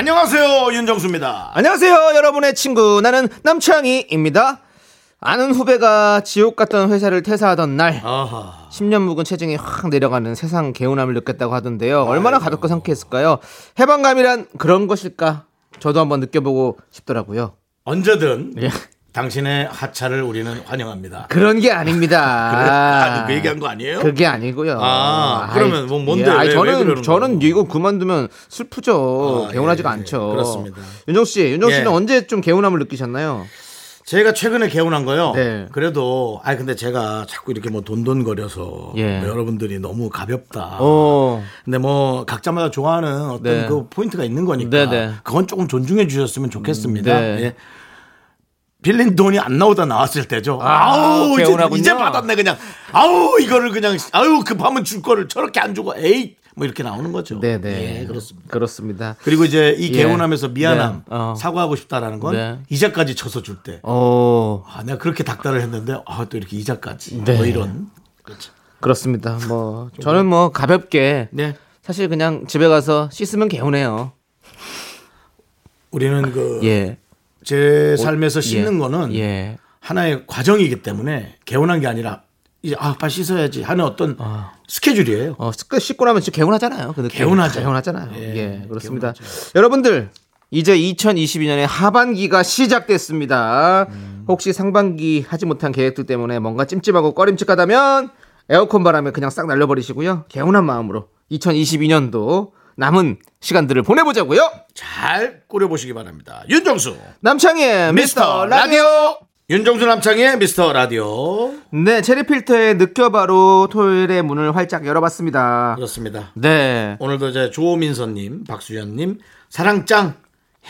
안녕하세요 윤정수입니다. 안녕하세요 여러분의 친구 나는 남창희입니다 아는 후배가 지옥 같던 회사를 퇴사하던 날 아하. 10년 묵은 체중이 확 내려가는 세상 개운함을 느꼈다고 하던데요 얼마나 가볍고 상쾌했을까요 해방감이란 그런 것일까 저도 한번 느껴보고 싶더라고요 언제든 예. 당신의 하차를 우리는 환영합니다. 그런 게 아닙니다 그래? 아니, 그 얘기한 거 아니에요? 그게 아니고요. 예, 아, 그러면 뭐 뭔데? 아이, 왜- 왜 저는 그러는 저는 거예요? 이거 그만두면 슬프죠. 아, 개운하지가 예, 예. 않죠. 그렇습니다. 윤정 씨, 윤정 씨는 예. 언제 좀 개운함을 느끼셨나요? 제가 최근에 개운한 거요. 네. 그래도 아 근데 제가 자꾸 이렇게 뭐 돈돈거려서 예. 뭐 여러분들이 너무 가볍다. 어, 근데 뭐 각자마다 좋아하는 어떤 네. 그 포인트가 있는 거니까 네네. 그건 조금 존중해 주셨으면 좋겠습니다. 네. 예. 빌린 돈이 안 나오다 나왔을 때죠. 아, 아, 우 이제, 개운하군요. 이제 받았네 그냥. 아우 이거를 그냥 아우 급하면 줄 거를 저렇게 안 주고 에이 뭐 이렇게 나오는 거죠. 네, 네, 예, 그렇습니다. 그렇습니다. 그리고 이제 이 예. 개운하면서 미안함 네. 어. 사과하고 싶다라는 건 네. 이자까지 쳐서 줄 때. 어, 아, 내가 그렇게 닥달을 했는데 아 또 이렇게 이자까지 네. 뭐 이런. 그렇죠. 그렇습니다. 뭐 저는 뭐 가볍게 네. 사실 그냥 집에 가서 씻으면 개운해요. 우리는 그 제 예. 삶에서 씻는 예. 거는 예. 하나의 과정이기 때문에 개운한 게 아니라 이제 아 빨리 씻어야지 하는 어떤 스케줄이에요. 어, 씻고, 씻고 나면 진짜 개운하잖아요. 그 느낌. 개운하죠. 개운하잖아요. 예, 예, 그렇습니다. 개운하죠. 여러분들, 이제 2022년의 하반기가 시작됐습니다. 음. 혹시 상반기 하지 못한 계획들 때문에 뭔가 찜찜하고 꺼림칙하다면 에어컨 바람에 그냥 싹 날려버리시고요. 개운한 마음으로 2022년도 남은 시간들을 보내보자고요. 잘 꾸려보시기 바랍니다. 윤정수 남창희의 미스터 미스터 라디오. 라디오. 윤정수 남창의 미스터 라디오 네, 체리필터의 느껴바로 토요일의 문을 활짝 열어봤습니다. 그렇습니다. 네. 오늘도 이제 조민선님, 박수현님, 사랑짱,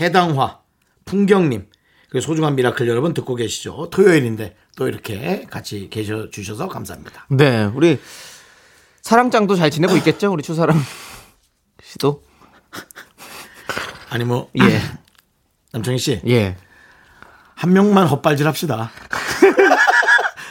해당화, 풍경님 그리고 소중한 미라클 여러분 듣고 계시죠. 토요일인데 또 이렇게 같이 계셔 주셔서 감사합니다. 네, 우리 사랑장도 잘 지내고 있겠죠? 우리 추사랑 씨도. 아니 뭐 예. 남창희 씨 예. 한 명만 헛발질 합시다.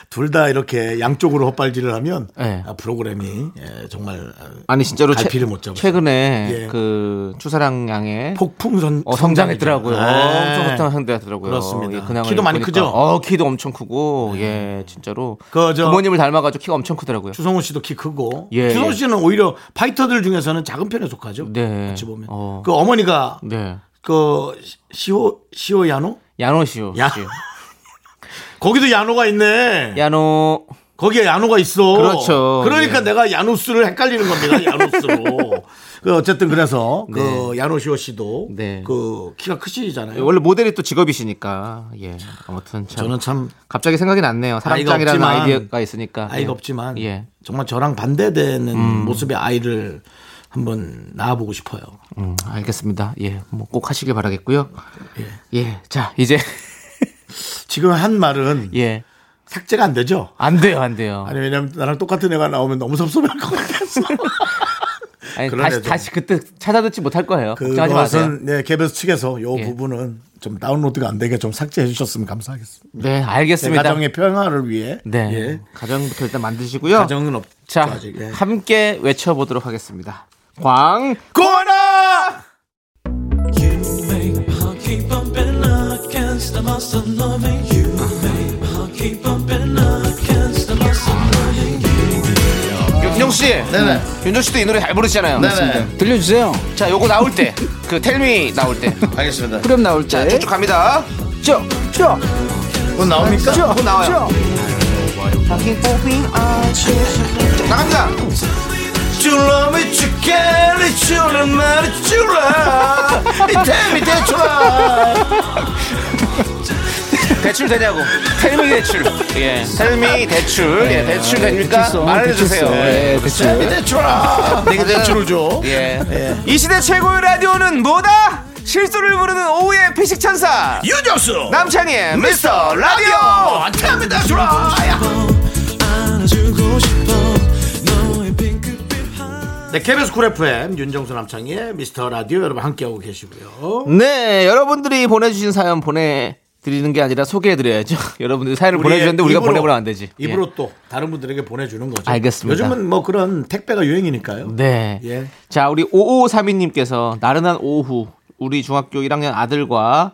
둘 다 이렇게 양쪽으로 헛발질을 하면 예. 아, 프로그램이 예, 정말 아, 아니 진짜로 최- 갈피를 못 잡아. 최근에 예. 그 추사랑 양의 폭풍선 어, 성장했더라고요. 예. 엄청 성장- 성장했더라고요. 예, 그렇습니다. 근황을 키도 많이 크죠? 네. 어, 키도 엄청 크고, 예, 진짜로. 그저 부모님을 닮아가지고 키가 엄청 크더라고요. 주성훈 씨도 키 크고 예, 주성훈 예. 씨는 오히려 파이터들 중에서는 작은 편에 속하죠. 네. 어찌 보면 어. 그 어머니가 네, 그 시호 시호 야노 야노 씨요. 야. 씨. 거기도 야노가 있네. 야노. 거기에 야노가 있어. 그렇죠. 그러니까 예. 내가 야노스를 헷갈리는 겁니다. 야노스로. 그 어쨌든 그래서 그 야노시오 씨도 네. 그 키가 크시잖아요. 예, 원래 모델이 또 직업이시니까, 예. 아무튼 참. 저는 참 갑자기 생각이 났네요. 아이가 사랑장이라는 없지만- 아이디어가 있으니까. 아이가 예. 없지만 예. 정말 저랑 반대되는 모습의 아이를 한번 낳아보고 싶어요. 음, 알겠습니다. 예, 뭐 꼭 하시길 바라겠고요. 예, 자 이제 지금 한 말은 예, 삭제가 안 되죠? 안 돼요, 안 돼요. 아니 왜냐면 나랑 똑같은 애가 나오면 너무 섭섭할 것 같아서. 아니, 그런 다시 애죠. 다시 그때 찾아듣지 못할 거예요. 걱정하지 마세요. 그것은 네, 개별 측에서 요 예. 부분은 좀 다운로드가 안 되게 좀 삭제해 주셨으면 감사하겠습니다. 네, 네, 알겠습니다. 가정의 평화를 위해 네, 예. 가정부터 일단 만드시고요. 가정은 없죠 어. 자, 아직. 예. 함께 외쳐보도록 하겠습니다. 광 고마워! 윤정 씨, 네네. 윤정 씨도 이 노래 잘 부르시잖아요. 네네. 들려주세요. 자, 요거 나올 때, 그 텔미 나올 때, 알겠습니다. 그럼 나올 때. 쭉쭉 갑니다. 쭉, 쭉, 곧 나옵니까? 쭉, 곧 나와요. 쭉. 나갑니다. 대출 되냐고? 텔미 대출. 예, 텔미 대출. 예, 대출 됩니까? 네. 대출성, 말해주세요. 대출성. 예. 예, 대출. 내게 대출을 줘. 네. 예. 이 시대 최고의 라디오는 뭐다? 실수를 부르는 오후의 피식 천사 유정수 남창희의 미스터 라디오 안타합니다 주라 네, KBS 쿨 FM 윤정수 남창희의 미스터 라디오 여러분 함께하고 계시고요 네 여러분들이 보내주신 사연 보내드리는 게 아니라 소개해드려야죠 여러분들이 사연을 보내주셨는데 우리가 입으로, 보내버리면 안 되지 예. 입으로 또 다른 분들에게 보내주는 거죠 알겠습니다. 요즘은 뭐 그런 택배가 유행이니까요 네. 예. 자, 우리 5532님께서 나른한 오후 우리 중학교 1학년 아들과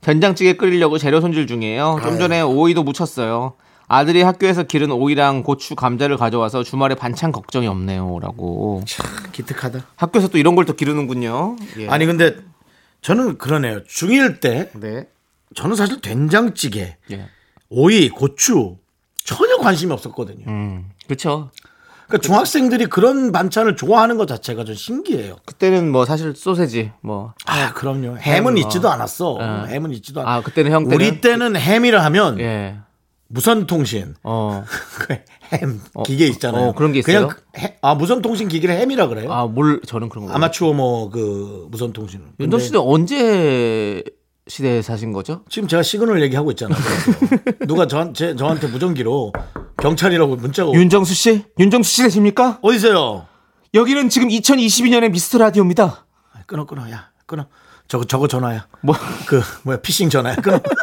된장찌개 끓이려고 재료 손질 중이에요. 좀 전에 오이도 무쳤어요. 아들이 학교에서 기른 오이랑 고추, 감자를 가져와서 주말에 반찬 걱정이 없네요라고. 기특하다 학교에서 또 이런 걸 또 기르는군요. 예. 아니 근데 저는 그러네요 중1 때 네. 저는 사실 된장찌개 예. 오이 고추 전혀 관심이 없었거든요 음. 그렇죠. 그러니까 중학생들이 그런 반찬을 좋아하는 것 자체가 좀 신기해요 그때는 뭐 사실 소세지 뭐 아, 그럼요. 햄은 햄, 있지도 않았어. 음, 어. 햄은 있지도 않. 아, 그때는 형 때는? 우리 때는 햄이라 하면 예. 무선통신 어. 햄 기계 있잖아요. 어, 그런 게 있어요? 그냥 해- 아 무선통신 기계를 햄이라 그래요. 아, 뭘 저는 그런 거. 아, 마추어 뭐 그 무선통신은. 근데 윤정 씨는 언제 시대에 사신 거죠? 지금 제가 시그널 얘기하고 있잖아요. 그래서. 누가 저한테 저한테 무전기로 경찰이라고 문자가 오- 윤정수 씨? 윤정수 씨 되십니까? 어디세요? 여기는 지금 2022년의 미스터 라디오입니다. 아, 끊어 끊어 야 끊어 저거 저거 전화야. 뭐 그 뭐야 피싱 전화야. 그럼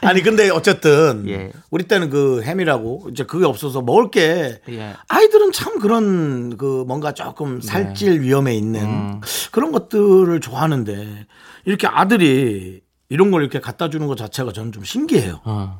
아니 근데 어쨌든 예. 우리 때는 그 햄이라고 이제 그게 없어서 먹을 게 예. 아이들은 참 그런 그 뭔가 조금 네. 살찔 위험에 있는 음. 그런 것들을 좋아하는데 이렇게 아들이 이런 걸 이렇게 갖다 주는 것 자체가 저는 좀 신기해요. 예. 어,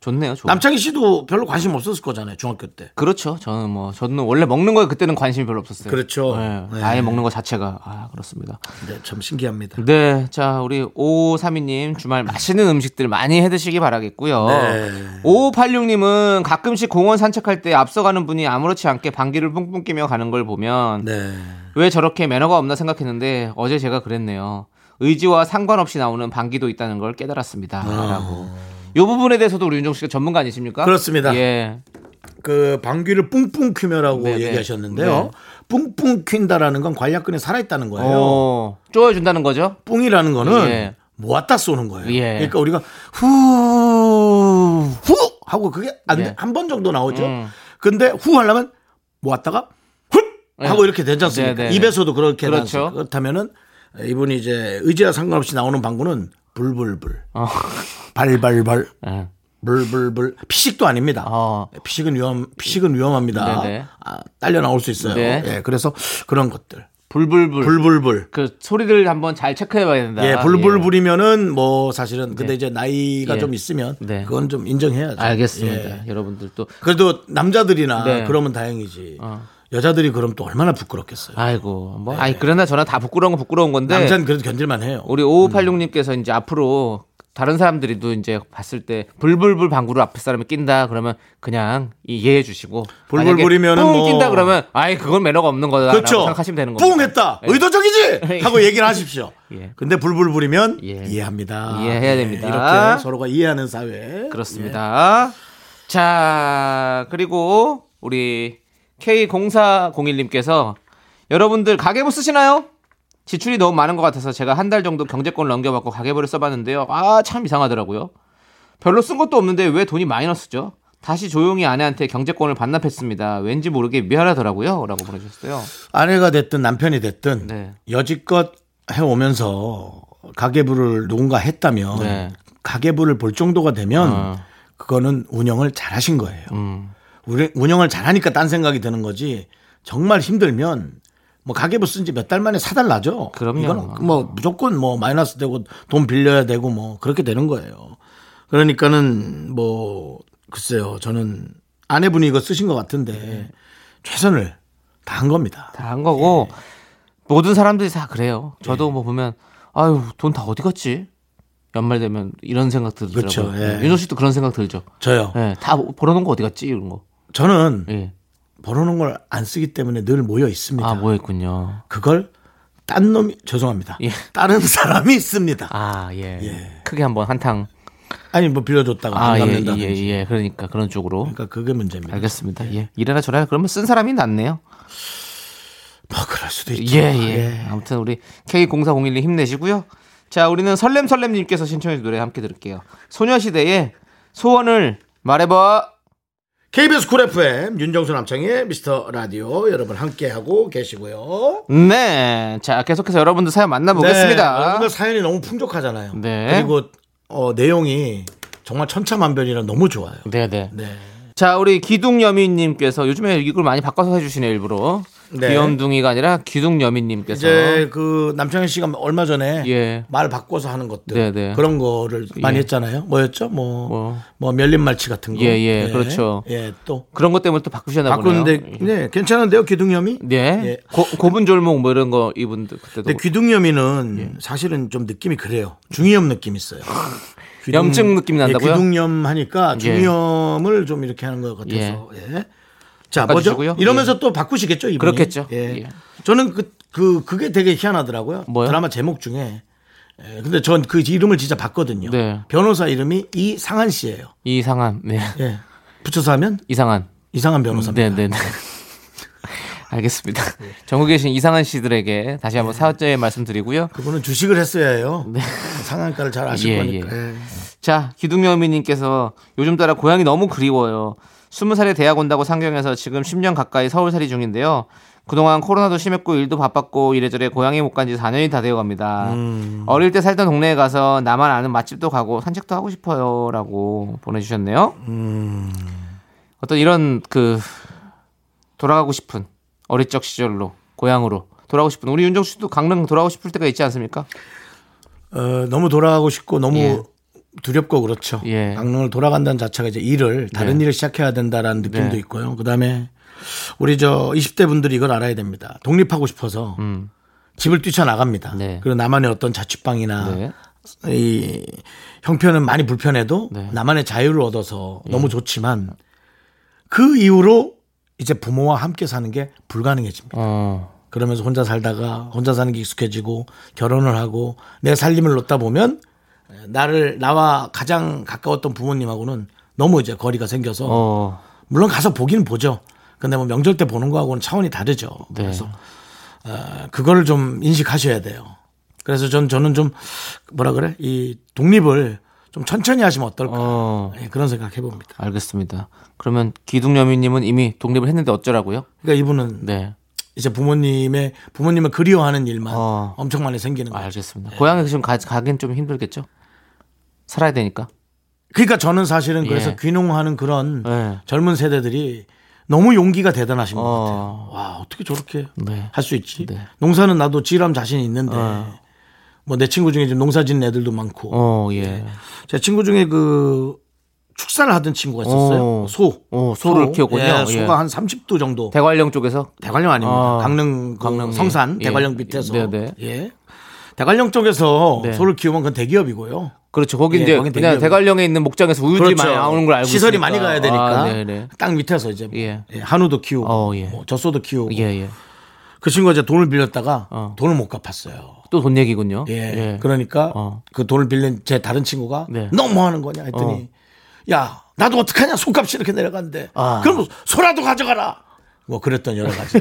좋네요. 좋아. 남창희 씨도 별로 관심 없었을 거잖아요 중학교 때. 그렇죠. 저는 뭐 저는 원래 먹는 거에 그때는 관심이 별로 없었어요. 그렇죠. 예, 네. 아예 먹는 거 자체가 아 그렇습니다. 네, 참 신기합니다. 네, 자 우리 5532님 주말 맛있는 음식들 많이 해드시기 바라겠고요. 네. 5586님은 가끔씩 공원 산책할 때 앞서가는 분이 아무렇지 않게 방귀를 뿡뿡 끼며 가는 걸 보면 네. 왜 저렇게 매너가 없나 생각했는데 어제 제가 그랬네요. 의지와 상관없이 나오는 반기도 있다는 걸 깨달았습니다. 라고. 요 부분에 대해서도 우리 윤종 씨가 전문가 아니십니까? 아. 그렇습니다. 예. 그 방귀를 뿡뿡 퀴며라고 네, 네. 얘기하셨는데요. 뿡뿡 퀸다라는 건 관략근이 살아있다는 거예요. 어, 쪼여준다는 거죠? 뿡이라는 거는 예. 모았다 쏘는 거예요. 예. 그러니까 우리가 후, 후! 하고 그게 예. 한 번 정도 나오죠. 음. 근데 후 하려면 모았다가 훅! 하고 예. 이렇게 되지 않습니까? 네, 네, 네. 입에서도 그렇게 그렇죠. 나왔어요. 그렇다면은 이분이 이제 의지와 상관없이 나오는 방구는 불불불, 어. 발발발, 예. 불불불. 피식도 아닙니다. 어. 피식은 위험, 피식은 위험합니다. 네, 네. 아, 딸려 나올 수 있어요. 네. 예, 그래서 그런 것들. 불불불. 불불불. 그 소리를 한번 잘 체크해 봐야 된다. 예, 불불불이면은 뭐 사실은 근데 이제 나이가 예. 좀 있으면 네. 그건 좀 인정해야죠. 예. 알겠습니다. 여러분들 또 그래도 남자들이나 네. 어. 그러면 다행이지. 여자들이 그럼 또 얼마나 부끄럽겠어요. 아이고 뭐 아이 그러나 저나 다 부끄러운 건 부끄러운 건데 예. 남자는 그래도 견딜만 해요. 네. 우리 5586님께서 이제 앞으로 다른 사람들이도 이제 봤을 때 불불불 방구를 앞에 사람이 낀다 그러면 그냥 이해해 주시고 불불불이면은 만약에 뭐- 뿡 낀다 그러면 아이 그건 매너가 없는 거다 라고 그렇죠. 생각하시면 되는 거예요. 뿡 했다. 의도적이지. 하고 얘기를 하십시오. 예. 근데 불불불이면 예. 이해합니다. 이해해야 예, 됩니다. 이렇게 서로가 이해하는 사회. 그렇습니다. 자 그리고 우리 K0401님께서 여러분들 가계부 쓰시나요? 지출이 너무 많은 것 같아서 제가 한 달 정도 경제권을 넘겨받고 가계부를 써봤는데요. 아 참 이상하더라고요. 별로 쓴 것도 없는데 왜 돈이 마이너스죠? 다시 조용히 아내한테 경제권을 반납했습니다. 왠지 모르게 미안하더라고요. 라고 보내주셨어요. 아내가 됐든 남편이 됐든 네. 여지껏 해오면서 가계부를 누군가 했다면 네. 가계부를 볼 정도가 되면 어. 그거는 운영을 잘하신 거예요. 음. 우리- 운영을 잘하니까 딴 생각이 드는 거지 정말 힘들면 뭐 가계부 쓴 지 몇 달 만에 사달 나죠. 그럼요. 이건 뭐 무조건 뭐 마이너스 되고 돈 빌려야 되고 뭐 그렇게 되는 거예요. 그러니까는 뭐 글쎄요. 저는 아내분이 이거 쓰신 것 같은데 최선을 다한 겁니다. 다 한 거고 모든 사람들이 다 그래요. 저도 뭐 보면 아유 돈 다 어디 갔지? 연말 되면 이런 생각 들더라고요. 그쵸, 예. 윤호 씨도 그런 생각 들죠. 저요. 예, 다 벌어놓은 거 어디 갔지 이런 거. 저는 예. 벌어놓은 걸 안 쓰기 때문에 늘 모여 있습니다. 아 뭐였군요. 그걸 딴 놈이 죄송합니다. 예. 다른 사람이 씁니다. 아 예. 크게 한번 한탕. 아니 뭐 빌려줬다가 안 아예예 갚는다든지. 예, 예. 그러니까 그런 쪽으로. 예. 그러니까 그게 문제입니다. 알겠습니다. 예. 이래나 저래나 그러면 쓴 사람이 낫네요. 뭐 그럴 수도 있죠. 예, 예. 아무튼 우리 K0401님 힘내시고요. 자, 우리는 설렘설렘님께서 신청해 주신 노래 함께 들을게요. 소녀시대의 소원을 말해봐. KBS 쿨 FM 윤정수 남창의 미스터 라디오 여러분 함께하고 계시고요. 네. 자, 계속해서 여러분들 사연 네, 만나보겠습니다. 뭔가 사연이 너무 풍족하잖아요. 네. 그리고 어, 내용이 정말 천차만별이라 너무 좋아요. 네, 네. 네. 자, 우리 기둥여미님께서 요즘에 이걸 많이 바꿔서 해주시네요, 일부러. 네. 귀염둥이가 아니라 기둥여미님께서. 이제 그 남창현 씨가 얼마 전에 예. 말 바꿔서 하는 것들 네, 네. 그런 거를 많이 예. 했잖아요. 뭐였죠? 뭐, 뭐. 뭐, 멸린 말치 같은 거. 예, 예, 그렇죠. 예, 또 그런 것 때문에 또 바꾸셨나 보네요. 바꾸는데 네, 괜찮은데요, 기둥염이? 네. 예. 고, 고분졸목 뭐 이런 거 이분들 그때도. 근데 귀둥염이는 예. 사실은 좀 느낌이 그래요. 중이염 느낌 있어요. 귀둥- 염증 느낌 난다고요? 예, 귀둥염 하니까 중이염을 좀 이렇게 하는 것 같아서. 예. 자, 뭐죠? 바꿔주시고요. 예. 이러면서 또 바꾸시겠죠, 이분이. 그렇겠죠. 예. 예. 저는 그, 그 그게 되게 희한하더라고요. 뭐요? 드라마 제목 중에. 예, 근데 전 그 이름을 진짜 봤거든요. 네. 변호사 이름이 이상한 씨예요. 이상한. 네. 예. 붙여서 하면 이상한. 이상한 변호사입니다. 예. 네, 네, 네. 알겠습니다. 전국에 계신 이상한 씨들에게 다시 한번 사업자의 말씀드리고요. 그분은 주식을 했어야 해요. 상한가를 잘 아실 네. 예, 거니까. 예. 자, 기둥여미님께서 요즘 따라 고향이 너무 그리워요. 스무 살에 대학 온다고 상경해서 지금 10년 가까이 서울살이 중인데요. 그동안 코로나도 심했고 일도 바빴고 이래저래 고향에 못 간 지 4년이 다 되어 갑니다. 어릴 때 살던 동네에 가서 나만 아는 맛집도 가고 산책도 하고 싶어요. 라고 보내주셨네요. 음. 어떤 이런 그 돌아가고 싶은 어릴 적 시절로 고향으로 돌아가고 싶은 우리 윤정 씨도 강릉 돌아가고 싶을 때가 있지 않습니까? 어, 너무 돌아가고 싶고 너무 예. 두렵고 그렇죠. 예. 강릉을 돌아간다는 자체가 이제 일을 다른 일을 시작해야 된다라는 느낌도 네. 있고요. 그다음에 우리 저 20대 분들이 이걸 알아야 됩니다. 독립하고 싶어서 집을 뛰쳐나갑니다. 음. 네. 그리고 나만의 어떤 자취방이나 네. 이 형편은 많이 불편해도 네. 예. 나만의 자유를 얻어서 너무 좋지만 그 이후로 이제 부모와 함께 사는 게 불가능해집니다. 어. 그러면서 혼자 살다가 혼자 사는 게 익숙해지고 결혼을 하고 내 살림을 놓다 보면 나를 나와 가장 가까웠던 부모님하고는 너무 이제 거리가 생겨서 어. 물론 가서 보기는 보죠. 근데 뭐 명절 때 보는 거하고는 차원이 다르죠. 네. 그래서 어, 그거를 좀 인식하셔야 돼요. 그래서 전 저는 좀 뭐라 그래 이 독립을 좀 천천히 하시면 어떨까 어. 예, 그런 생각 해봅니다. 알겠습니다. 그러면 기둥여미님은 이미 독립을 했는데 어쩌라고요? 그러니까 이분은 네, 이제 부모님의 부모님을 그리워하는 일만 어. 엄청 많이 생기는 거예요. 알겠습니다. 고향에 지금 가, 가긴 좀 힘들겠죠? 살아야 되니까. 그러니까 저는 사실은 그래서 예. 귀농하는 그런 예. 젊은 세대들이 너무 용기가 대단하신 것 어. 같아요. 와 어떻게 저렇게 네. 할 수 있지? 네. 농사는 나도 지람 자신 있는데 뭐 내 친구 중에 지금 농사 짓는 애들도 많고 어, 네. 예. 제 친구 중에 그 축사를 하던 친구가 있었어요. 어. 소. 어, 소를 키웠군요. 예, 예. 소가 한 30도 정도. 대관령 쪽에서 대관령 아닙니다. 어. 강릉, 그 강릉, 예. 성산 예. 대관령 밑에서 네, 네. 예. 대관령 쪽에서 네. 소를 키우면 그건 대기업이고요. 그렇죠. 거기 예, 이제 거긴 그냥 대기업이- 대관령에 있는 목장에서 우유들이 그 많이 나오는 걸 알고 그렇죠. 시설이 있으니까. 많이 가야 아, 되니까 네네. 땅 밑에서 이제 예. 예, 한우도 키우고 어, 예. 뭐 젖소도 키우고 예, 예. 그 친구가 이제 돈을 빌렸다가 어. 돈을 못 갚았어요. 또 돈 얘기군요. 예. 그러니까 어. 그 돈을 빌린 제 다른 친구가 네. 어. 너 뭐 하는 거냐 했더니 야 나도 어떡하냐 소값이 이렇게 내려가는데 아. 그럼 소라도 가져가라. 뭐 그랬던 여러 가지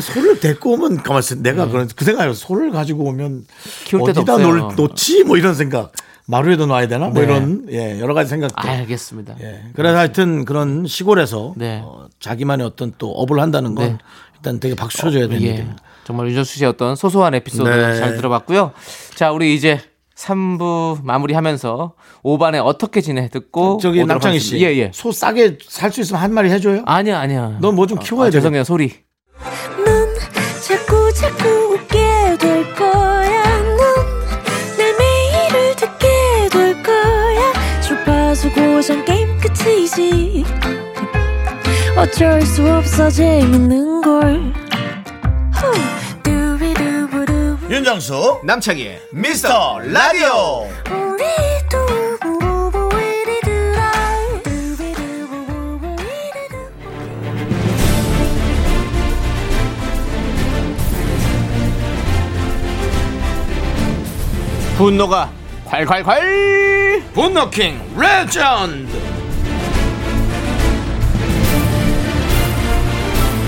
소를 데리고 오면 가만있어 내가 그런 그 생각을 소를 가지고 오면 네. 키울 데도 어디다 없어요. 놓- 놓지 뭐 이런 생각 마루에도 놔야 되나 뭐 네. 아, 이런 예 여러 가지 생각도 알겠습니다. 예. 그래서 하여튼 그런 시골에서 그렇죠. 네. 어, 자기만의 어떤 또 업을 한다는 건 네. 일단 되게 박수 쳐줘야 되는 예. 일입니다. 정말 유정수 씨의 어떤 소소한 에피소드를 네. 잘 들어봤고요. 자, 우리 이제 3부 마무리하면서 5반에 어떻게 지내 듣고 저기 오도록 남창희 하겠습니다. 씨, 예, 예. 소 싸게 살 수 있으면 한 마리 해줘요. 아니야, 아니야. 넌뭐좀 키워야 아, 되겠다. 죄송해요. 소리. 넌 자꾸 자꾸 웃게 될 거야. 넌내 매일을 듣게 될 거야. 주파수 고정 게임 끝이지. 어쩔 수 없어 재밌는 걸. 후. 두비두부두. 윤정수 남창희 미스터 라디오. 우리 두부부부 우리 두라. 두비두부부부 우리 두라. 분노가 콸콸콸! 분노킹 레전드.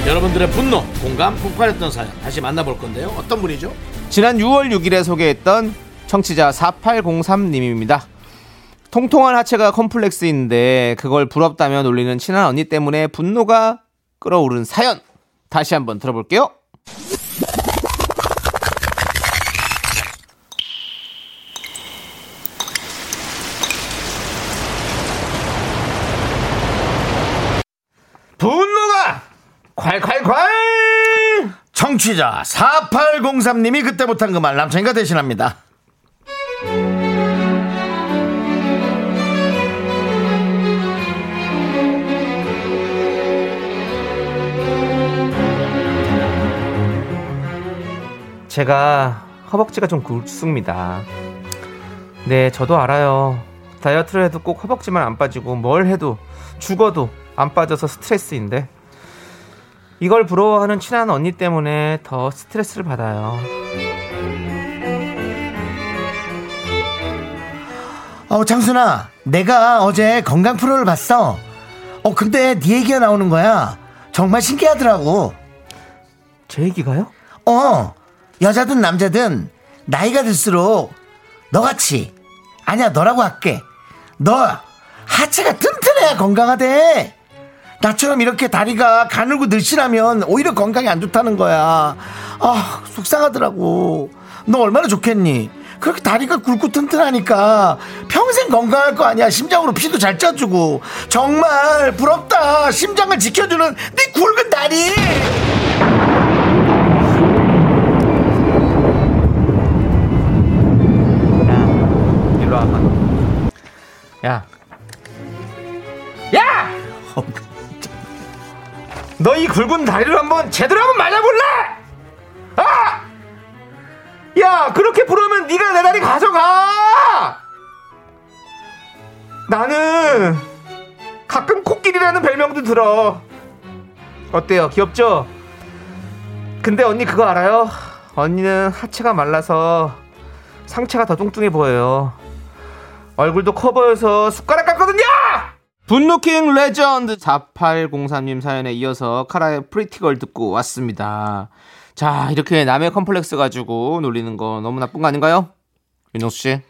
여러분들의 분노, 공감, 폭발했던 사연 다시 만나볼 건데요. 어떤 분이죠? 지난 6월 6일에 소개했던 청취자 4803님입니다. 통통한 하체가 컴플렉스인데 그걸 부럽다며 놀리는 친한 언니 때문에 분노가 끓어오른 사연 다시 한번 들어볼게요. 분노가 콸콸콸! 청취자 4803님이 그때 못한 그 말 남창이가 대신합니다. 제가 허벅지가 좀 굵습니다. 네, 저도 알아요. 다이어트를 해도 꼭 허벅지만 안 빠지고 뭘 해도 죽어도 안 빠져서 스트레스인데 이걸 부러워하는 친한 언니 때문에 더 스트레스를 받아요. 어, 장순아, 내가 어제 건강 프로를 봤어. 어, 근데 네 얘기가 나오는 거야. 정말 신기하더라고. 제 얘기가요? 어, 여자든 남자든 나이가 들수록 너같이, 아니야, 너라고 할게. 너, 하체가 튼튼해야 건강하대. 나처럼 이렇게 다리가 가늘고 늘씬하면 오히려 건강이 안 좋다는 거야. 아, 속상하더라고. 너 얼마나 좋겠니? 그렇게 다리가 굵고 튼튼하니까 평생 건강할 거 아니야. 심장으로 피도 잘 짜주고. 정말 부럽다. 심장을 지켜주는 네 굵은 다리. 일로 와봐. 야, 야! 너 이 굵은 다리를 한번 제대로 한번 맞아볼래? 아! 야, 그렇게 부르면 네가 내 다리 가져가! 나는 가끔 코끼리라는 별명도 들어. 어때요? 귀엽죠? 근데 언니 그거 알아요? 언니는 하체가 말라서 상체가 더 뚱뚱해 보여요. 얼굴도 커 보여서 숟가락 같거든요! 분노킹 레전드 4803님 사연에 이어서 카라의 프리티걸 듣고 왔습니다. 자, 이렇게 남의 컴플렉스 가지고 놀리는 거 너무 나쁜 거 아닌가요? 윤정수 씨.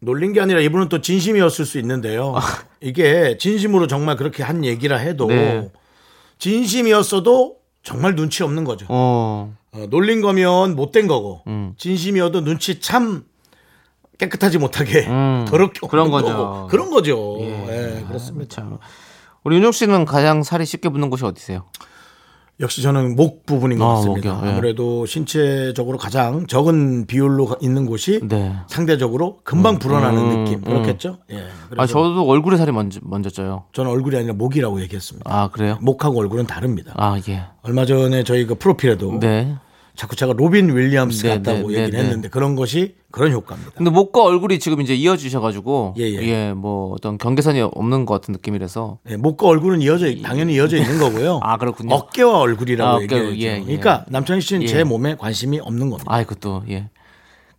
놀린 게 아니라 이분은 또 진심이었을 수 아. 있는데요. 이게 진심으로 정말 그렇게 한 얘기라 해도 네. 진심이었어도 정말 눈치 없는 거죠. 어. 어, 놀린 거면 못된 거고 음. 진심이어도 눈치 참 깨끗하지 못하게 음, 더럽게 그런 없는 거죠. 거고. 그런 거죠. 예. 예, 그렇습니다. 참. 우리 윤정 씨는 가장 살이 쉽게 붙는 곳이 어디세요? 역시 저는 목 부분인 것 아, 같습니다. 목이요. 예. 아무래도 신체적으로 가장 적은 비율로 가- 있는 곳이 네. 상대적으로 금방 불어나는 음, 느낌 음. 그렇겠죠. 예. 그래서 아, 저도 얼굴에 살이 먼저 먼저 쪄요. 저는 얼굴이 아니라 목이라고 얘기했습니다. 아, 그래요? 목하고 얼굴은 다릅니다. 아, 예. 얼마 전에 저희 그 프로필에도 네. 자꾸 제가 로빈 윌리엄스 네, 같다고 네, 네, 얘기를 네. 했는데 그런 것이 그런 효과입니다. 근데 목과 얼굴이 지금 이제 이어지셔가지고 예, 예. 뭐 어떤 경계선이 없는 것 같은 느낌이라서 예, 목과 얼굴은 이어져 당연히 이어져 있는 거고요. 아, 그렇군요. 어깨와 얼굴이라고 아, 어깨, 얘기해요. 예, 예. 그러니까 남창희 씨는 예. 제 몸에 관심이 없는 겁니다. 아 그것도 예.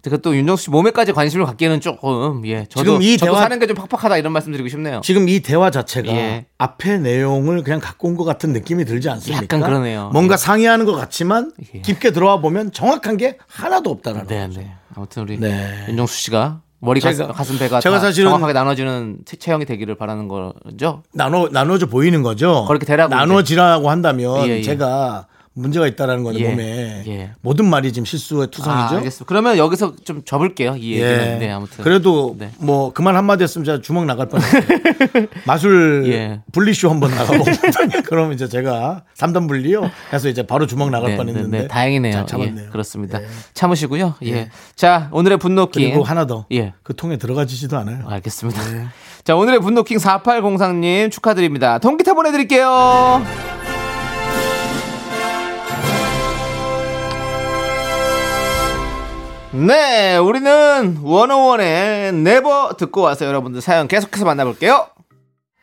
근데 그또 윤정수 씨 몸에까지 관심을 갖기에는 조금 예. 저도 지금 이 저도 대화- 사는 게 좀 팍팍하다 이런 말씀드리고 싶네요. 지금 이 대화 자체가 예. 앞에 내용을 그냥 갖고 온 것 같은 느낌이 들지 않습니까? 약간 그러네요. 뭔가 상의하는 것 같지만 예. 깊게 들어와 보면 정확한 게 하나도 없다는 네, 네. 아무튼 우리 네. 윤정수 씨가 머리 제가- 가슴, 배가 제가 다 사실은- 정확하게 나눠지는 체- 체형이 되기를 바라는 거죠. 나눠 나눠져 보이는 거죠. 그렇게 되라고 나눠지라고 한다면 예, 예. 제가 문제가 있다라는 거는 예, 몸에 예. 모든 말이 지금 실수의 투성이죠. 아, 알겠습니다. 그러면 여기서 좀 접을게요. 이 얘기는. 네, 아무튼. 예. 그래도 네. 뭐 그만 한마디 했으면 제가 주먹 나갈 뻔했어요. 마술 예. 분리쇼 한번 나가보고 그럼 이제 제가 3단 분리요 해서 이제 바로 주먹 나갈 네, 뻔했는데 네, 네. 다행이네요. 잘 참았네요. 예, 그렇습니다. 참으시고요. 예. 자, 오늘의 분노킹. 그리고 하나 네. 더. 예. 그 통에 들어가지지도 않아요. 알겠습니다. 자, 오늘의 분노킹 4803님 축하드립니다. 통기타 보내드릴게요. 네, 우리는 원어원의 네버 듣고 와서 여러분들 사연 계속해서 만나볼게요.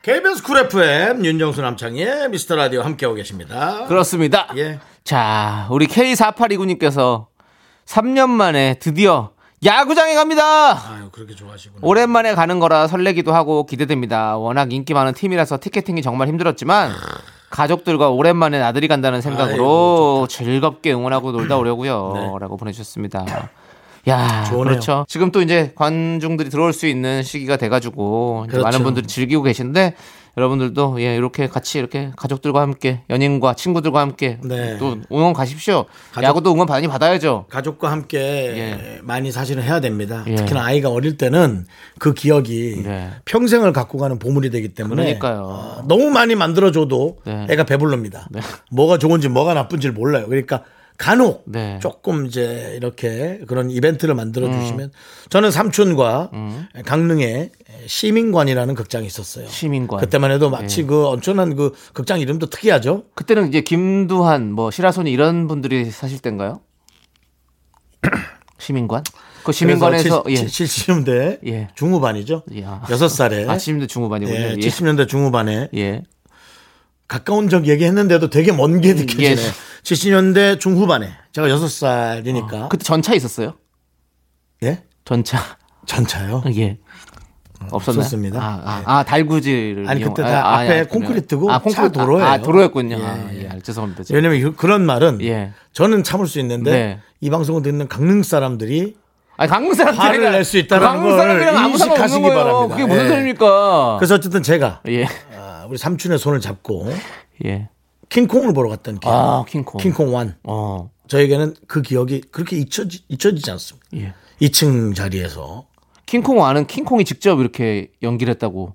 KBS 쿨 FM 윤정수 남창희의 미스터 라디오 함께하고 계십니다. 그렇습니다. 예. 자, 우리 K4829님께서 3년 만에 드디어 야구장에 갑니다! 아유 그렇게 좋아하시구나. 오랜만에 가는 거라 설레기도 하고 기대됩니다. 워낙 인기 많은 팀이라서 티켓팅이 정말 힘들었지만 가족들과 오랜만에 나들이 간다는 생각으로 즐겁게 응원하고 놀다 오려고요. 네. 라고 보내주셨습니다. 야, 좋으네요. 그렇죠. 지금 또 이제 관중들이 들어올 수 있는 시기가 돼가지고 이제 그렇죠. 많은 분들이 즐기고 계신데 여러분들도 예 이렇게 같이 이렇게 가족들과 함께 연인과 친구들과 함께 네. 또 응원 가십시오. 가족- 야구도 응원 많이 받아야죠. 가족과 함께 예. 많이 사실은 해야 됩니다. 예. 특히나 아이가 어릴 때는 그 기억이 네. 평생을 갖고 가는 보물이 되기 때문에 그러니까요. 어, 너무 많이 만들어줘도 네. 애가 배불릅니다. 뭐가 좋은지 뭐가 나쁜지 를 몰라요. 그러니까 간혹 네. 조금 이제 이렇게 그런 이벤트를 만들어 주시면 음. 저는 삼촌과 강릉에 시민관이라는 극장이 있었어요. 시민관. 예. 그때만 해도 마치 그 엄청난 그 극장 이름도 특이하죠. 그때는 이제 김두한 뭐 시라소니 이런 분들이 사실 때인가요? 시민관? 그 시민관에서 예. 70년대 예. 중후반이죠. 야. 여섯 살에 아, 70대 중후반이군요. 예, 예. 70년대 중후반에 예. 가까운 적 얘기했는데도 되게 먼 게 느껴지네. 예. 70년대 중후반에 제가 여섯 살이니까 그때 전차 있었어요? 예? 전차. 전차요. 예. 없었나요? 어, 없었습니다. 예. 아, 아, 아, 달구지를 아니, 이용- 그때 다 앞에 그래요? 콘크리트고 예, 아, 차 도로예요. 아, 도로였군요. 아, 예, 예. 죄송합니다. 제가. 왜냐면 그- 그런 말은 예. 저는 참을 수 있는데 네. 이 방송을 듣는 강릉 사람들이 아니, 강릉 사람들이 화를 낼수 있다는 강릉 걸 사람들이랑 아무 상관없는 인식하시기 거예요. 바랍니다. 그게 무슨 예. 소리입니까? 그래서 어쨌든 제가 예. 아, 우리 삼촌의 손을 잡고 예. 킹콩을 보러 갔던 기억. 아, 킹콩. 킹콩 1. 어. 저에게는 그 기억이 그렇게 잊혀지, 잊혀지지 않습니다. 예. 2층 자리에서 킹콩 아는 킹콩이 직접 이렇게 연기를 했다고.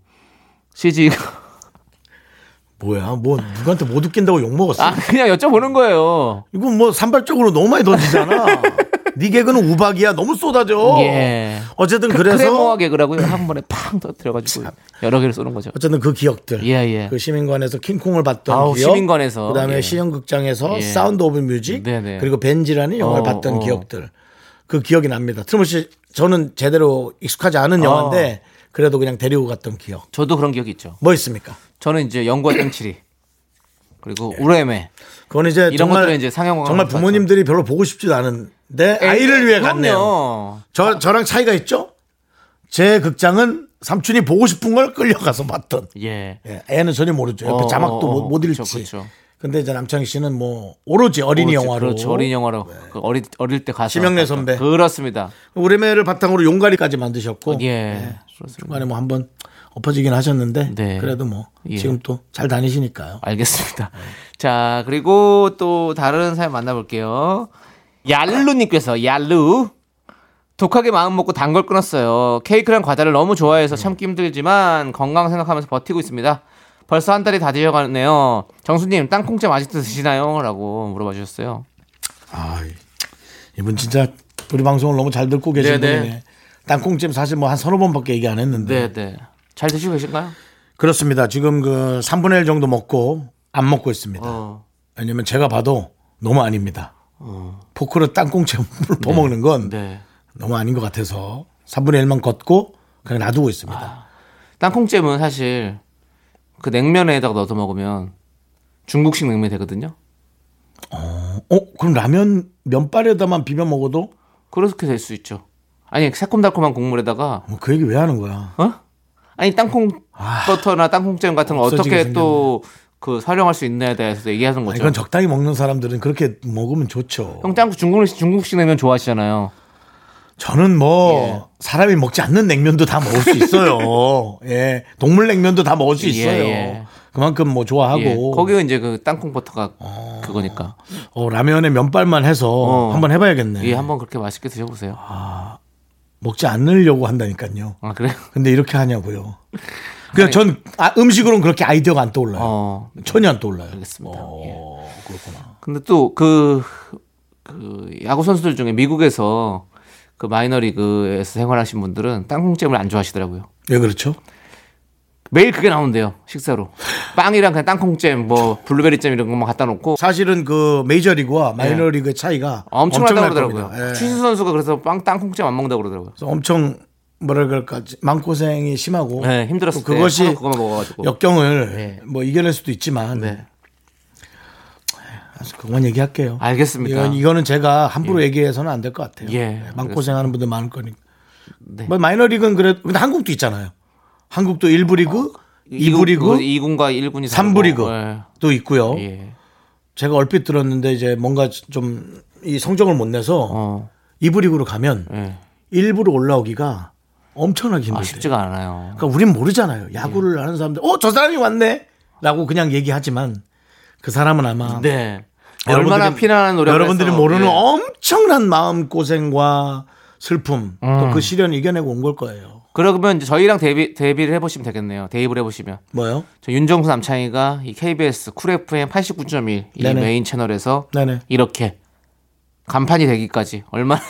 CG. 뭐야 뭐 누구한테 못 웃긴다고 욕 먹었어. 아, 그냥 여쭤보는 거예요. 이건 뭐 산발적으로 너무 많이 던지잖아. 네 개그는 우박이야. 너무 쏟아져. 예. 어쨌든 크- 그래서 크레모아 개그라고요. 한 번에 팡 터뜨려가지고 여러 개를 쏘는 거죠. 어쨌든 그 기억들. 예, 예. 그 시민관에서 킹콩을 봤던 아우, 기억. 시민관에서. 그다음에 예. 신형극장에서 예. 사운드 오브 뮤직. 네, 네. 그리고 벤지라는 영화를 어, 봤던 어. 기억들. 그 기억이 납니다. 트럼프 씨 저는 제대로 익숙하지 아. 않은 영화인데 그래도 그냥 데리고 갔던 기억. 저도 그런 기억이 있죠. 뭐 있습니까? 저는 이제 연구와 땡칠이 그리고 예. 우레메 그건 이제 이런 정말 것들은 예. 이제 상영관 정말 가서 부모님들이 별로 보고 싶지도 않은데 아이를 위해 갔네요. 그럼요. 저 저랑 차이가 있죠? 제 극장은 삼촌이 보고 싶은 걸 끌려가서 봤던. 예. 예, 애는 전혀 모르죠. 옆에 어, 자막도 어, 못, 어, 못 그쵸, 읽지. 그쵸. 근데 이제 남창희 씨는 뭐 오로지 어린이 그렇지, 영화로 네. 그렇죠. 어린 영화로 그 어릴 어릴 때 가서 심형래 봤던. 선배. 그렇습니다. 우레메를 바탕으로 용가리까지 만드셨고 예. 중간에 뭐 한번 엎어지긴 하셨는데 네. 그래도 뭐 예. 지금 또 잘 다니시니까요. 알겠습니다. 자, 그리고 또 다른 사연 만나볼게요. 얄루님께서, 얄루. 독하게 마음 먹고 단 걸 끊었어요. 케이크랑 과자를 너무 좋아해서 참기 힘들지만 건강 생각하면서 버티고 있습니다. 벌써 한 달이 다 되어가네요. 정수님, 땅콩잼 아직도 드시나요? 라고 물어봐 주셨어요. 아, 이분 진짜 우리 방송을 너무 잘 듣고 계신 네네. 분이네. 땅콩찜 사실 뭐 한 서너 번밖에 얘기 안 했는데 네, 네. 잘 드시고 계신가요? 그렇습니다. 지금 그 3분의 1 정도 먹고 안 먹고 있습니다. 어. 왜냐면 제가 봐도 너무 아닙니다. 포크로 땅콩채물을 퍼먹는 건 네. 너무 아닌 것 같아서 3분의 1만 걷고 그냥 놔두고 있습니다. 아. 땅콩잼은 사실 그 냉면에다가 넣어서 먹으면 중국식 냉면이 되거든요. 어, 그럼 라면 면발에다만 비벼 먹어도 그렇게 될 수 있죠. 아니 새콤달콤한 국물에다가 뭐 그 얘기 왜 하는 거야? 어? 아니 땅콩 버터나 땅콩잼 같은 거 어떻게 없어지게 또 그 활용할 수 있냐에 대해서 얘기하는 아, 거죠. 이건 적당히 먹는 사람들은 그렇게 먹으면 좋죠. 형 땅콩 중국식 중국식 냉면 좋아하시잖아요. 저는 예. 뭐 사람이 먹지 않는 냉면도 다 먹을 수 있어요. 예, 동물 냉면도 다 먹을 수 예, 있어요. 예. 그만큼 뭐 좋아하고 아, 예. 거기는 이제 그 땅콩 버터가 그거니까. 어, 라면에 면발만 해서 어. 한번 해봐야겠네. 예, 한번 그렇게 맛있게 드셔보세요. 먹지 않으려고 한다니까요. 아 그래요? 근데 이렇게 하냐고요. 그냥 전 아, 음식으로는 그렇게 아이디어가 안 떠올라요. 어 전혀 안 떠올라요. 알겠습니다. 예. 어, 그렇구나. 근데 또 그 그 야구 선수들 중에 미국에서 그 마이너리그에서 생활하신 분들은 땅콩잼을 안 좋아하시더라고요. 왜 그렇죠? 매일 그게 나온대요 식사로 빵이랑 그냥 땅콩잼 뭐 블루베리잼 이런 것만 갖다 놓고 사실은 그 메이저리그와 마이너리그의 차이가 예. 엄청나다고 엄청날 그러더라고요 겁니다. 예. 추신수 선수가 그래서 빵 땅콩잼 안 먹는다고 그러더라고요 그래서 엄청 뭐랄 그럴까 마음고생이 심하고 네, 또 힘들었을 그것이 때 그것만 먹어가지고 역경을 네. 뭐 이겨낼 수도 있지만 아, 네. 그래서 그만 얘기할게요. 아, 알겠습니다 이건, 이거는 제가 함부로 얘기해서는 안 될 것 같아요. 네, 예, 마음고생하는 분들 많을 거니까. 네. 뭐 마이너리그는 그래 근데 한국도 있잖아요. 한국도 일부 리그, 이부리그? 2군과 1군이 삼부리그 또 있고요. 예. 제가 얼핏 들었는데 이제 뭔가 좀 이 성적을 못 내서 어. 이부리그로 가면 예. 일부러 올라오기가 엄청나게 아, 예. 힘들대요. 쉽지가 않아요. 그러니까 우린 모르잖아요. 야구를 하는 사람들 어 저 사람이 왔네라고 그냥 얘기하지만 그 사람은 아마 네. 얼마나 피나는 노력 여러분들이 모르는 예. 어- 엄청난 마음 고생과 슬픔 음. 또 그 시련 이겨내고 온 걸 거예요. 그러면 이제 저희랑 데뷔 데뷔를 해보시면 되겠네요. 데이블 해보시면 뭐요? 저 윤정수 남창희가 이 KBS 쿨 FM 89.1 이 네네. 메인 채널에서 네네. 이렇게 간판이 되기까지 얼마나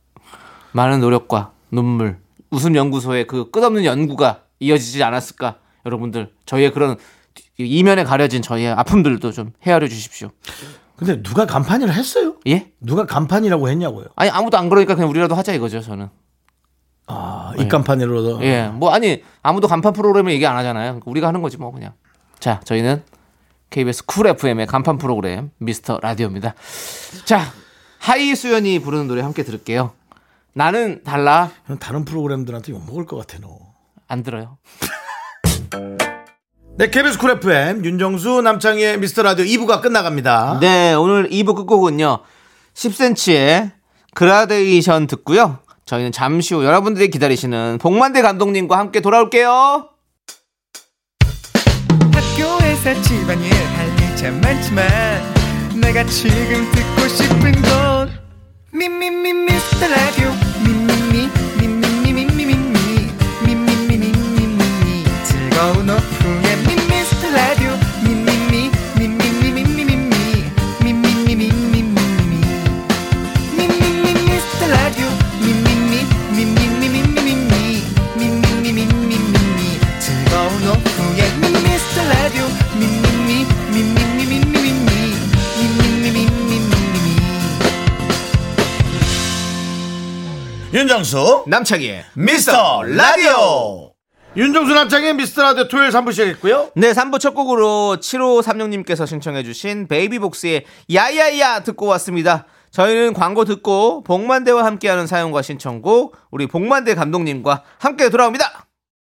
많은 노력과 눈물, 웃음 연구소의 그 끝없는 연구가 이어지지 않았을까? 여러분들 저희의 그런 이면에 가려진 저희의 아픔들도 좀 헤아려 주십시오. 근데 누가 간판이라 했어요? 예? 누가 간판이라고 했냐고요? 아니 아무도 안 그러니까 그냥 우리라도 하자 이거죠 저는. 아, 입간판이라도 예, 뭐 아니 아무도 간판 프로그램을 얘기 안 하잖아요. 그러니까 우리가 하는 거지 뭐 그냥. 자, 저희는 KBS 쿨 FM의 간판 프로그램 미스터 라디오입니다. 자, 하이수연이 부르는 노래 함께 들을게요. 나는 달라 그냥 다른 프로그램들한테 욕 먹을 것 같아 너. 안 들어요. 네, KBS 쿨 FM 윤정수 남창희의 미스터 라디오 2부가 끝나갑니다. 네, 오늘 2부 끝곡은요. 10cm의 그라데이션 듣고요. 저희는 잠시 후 여러분들이 기다리시는 복만대 감독님과 함께 돌아올게요. 학교에서 집안일 할 일 참 많지만 내가 지금 듣고 싶은 건 미미미 미스터 라디오 미미미 미미미 미미미 미미미 미미미 즐거운 오후에 미스터 라디오 미미미 미미미 미미미 미미미 미미미 미미미 미스터 라디오 미미미 미미미 미미미 미미미 미미미 즐거운 오후에 미스터 라디오 미미미 미미미 미미미 미미미 미미미 윤정수 남창희의 미스터 라디오. 윤정수 남창희의 미스터 라디오 토요일 3부 시작했고요. 네, 3부 첫 곡으로 7536님께서 신청해주신 베이비복스의 야야야 듣고 왔습니다. 저희는 광고 듣고 복만대와 함께하는 사연과 신청곡, 우리 복만대 감독님과 함께 돌아옵니다.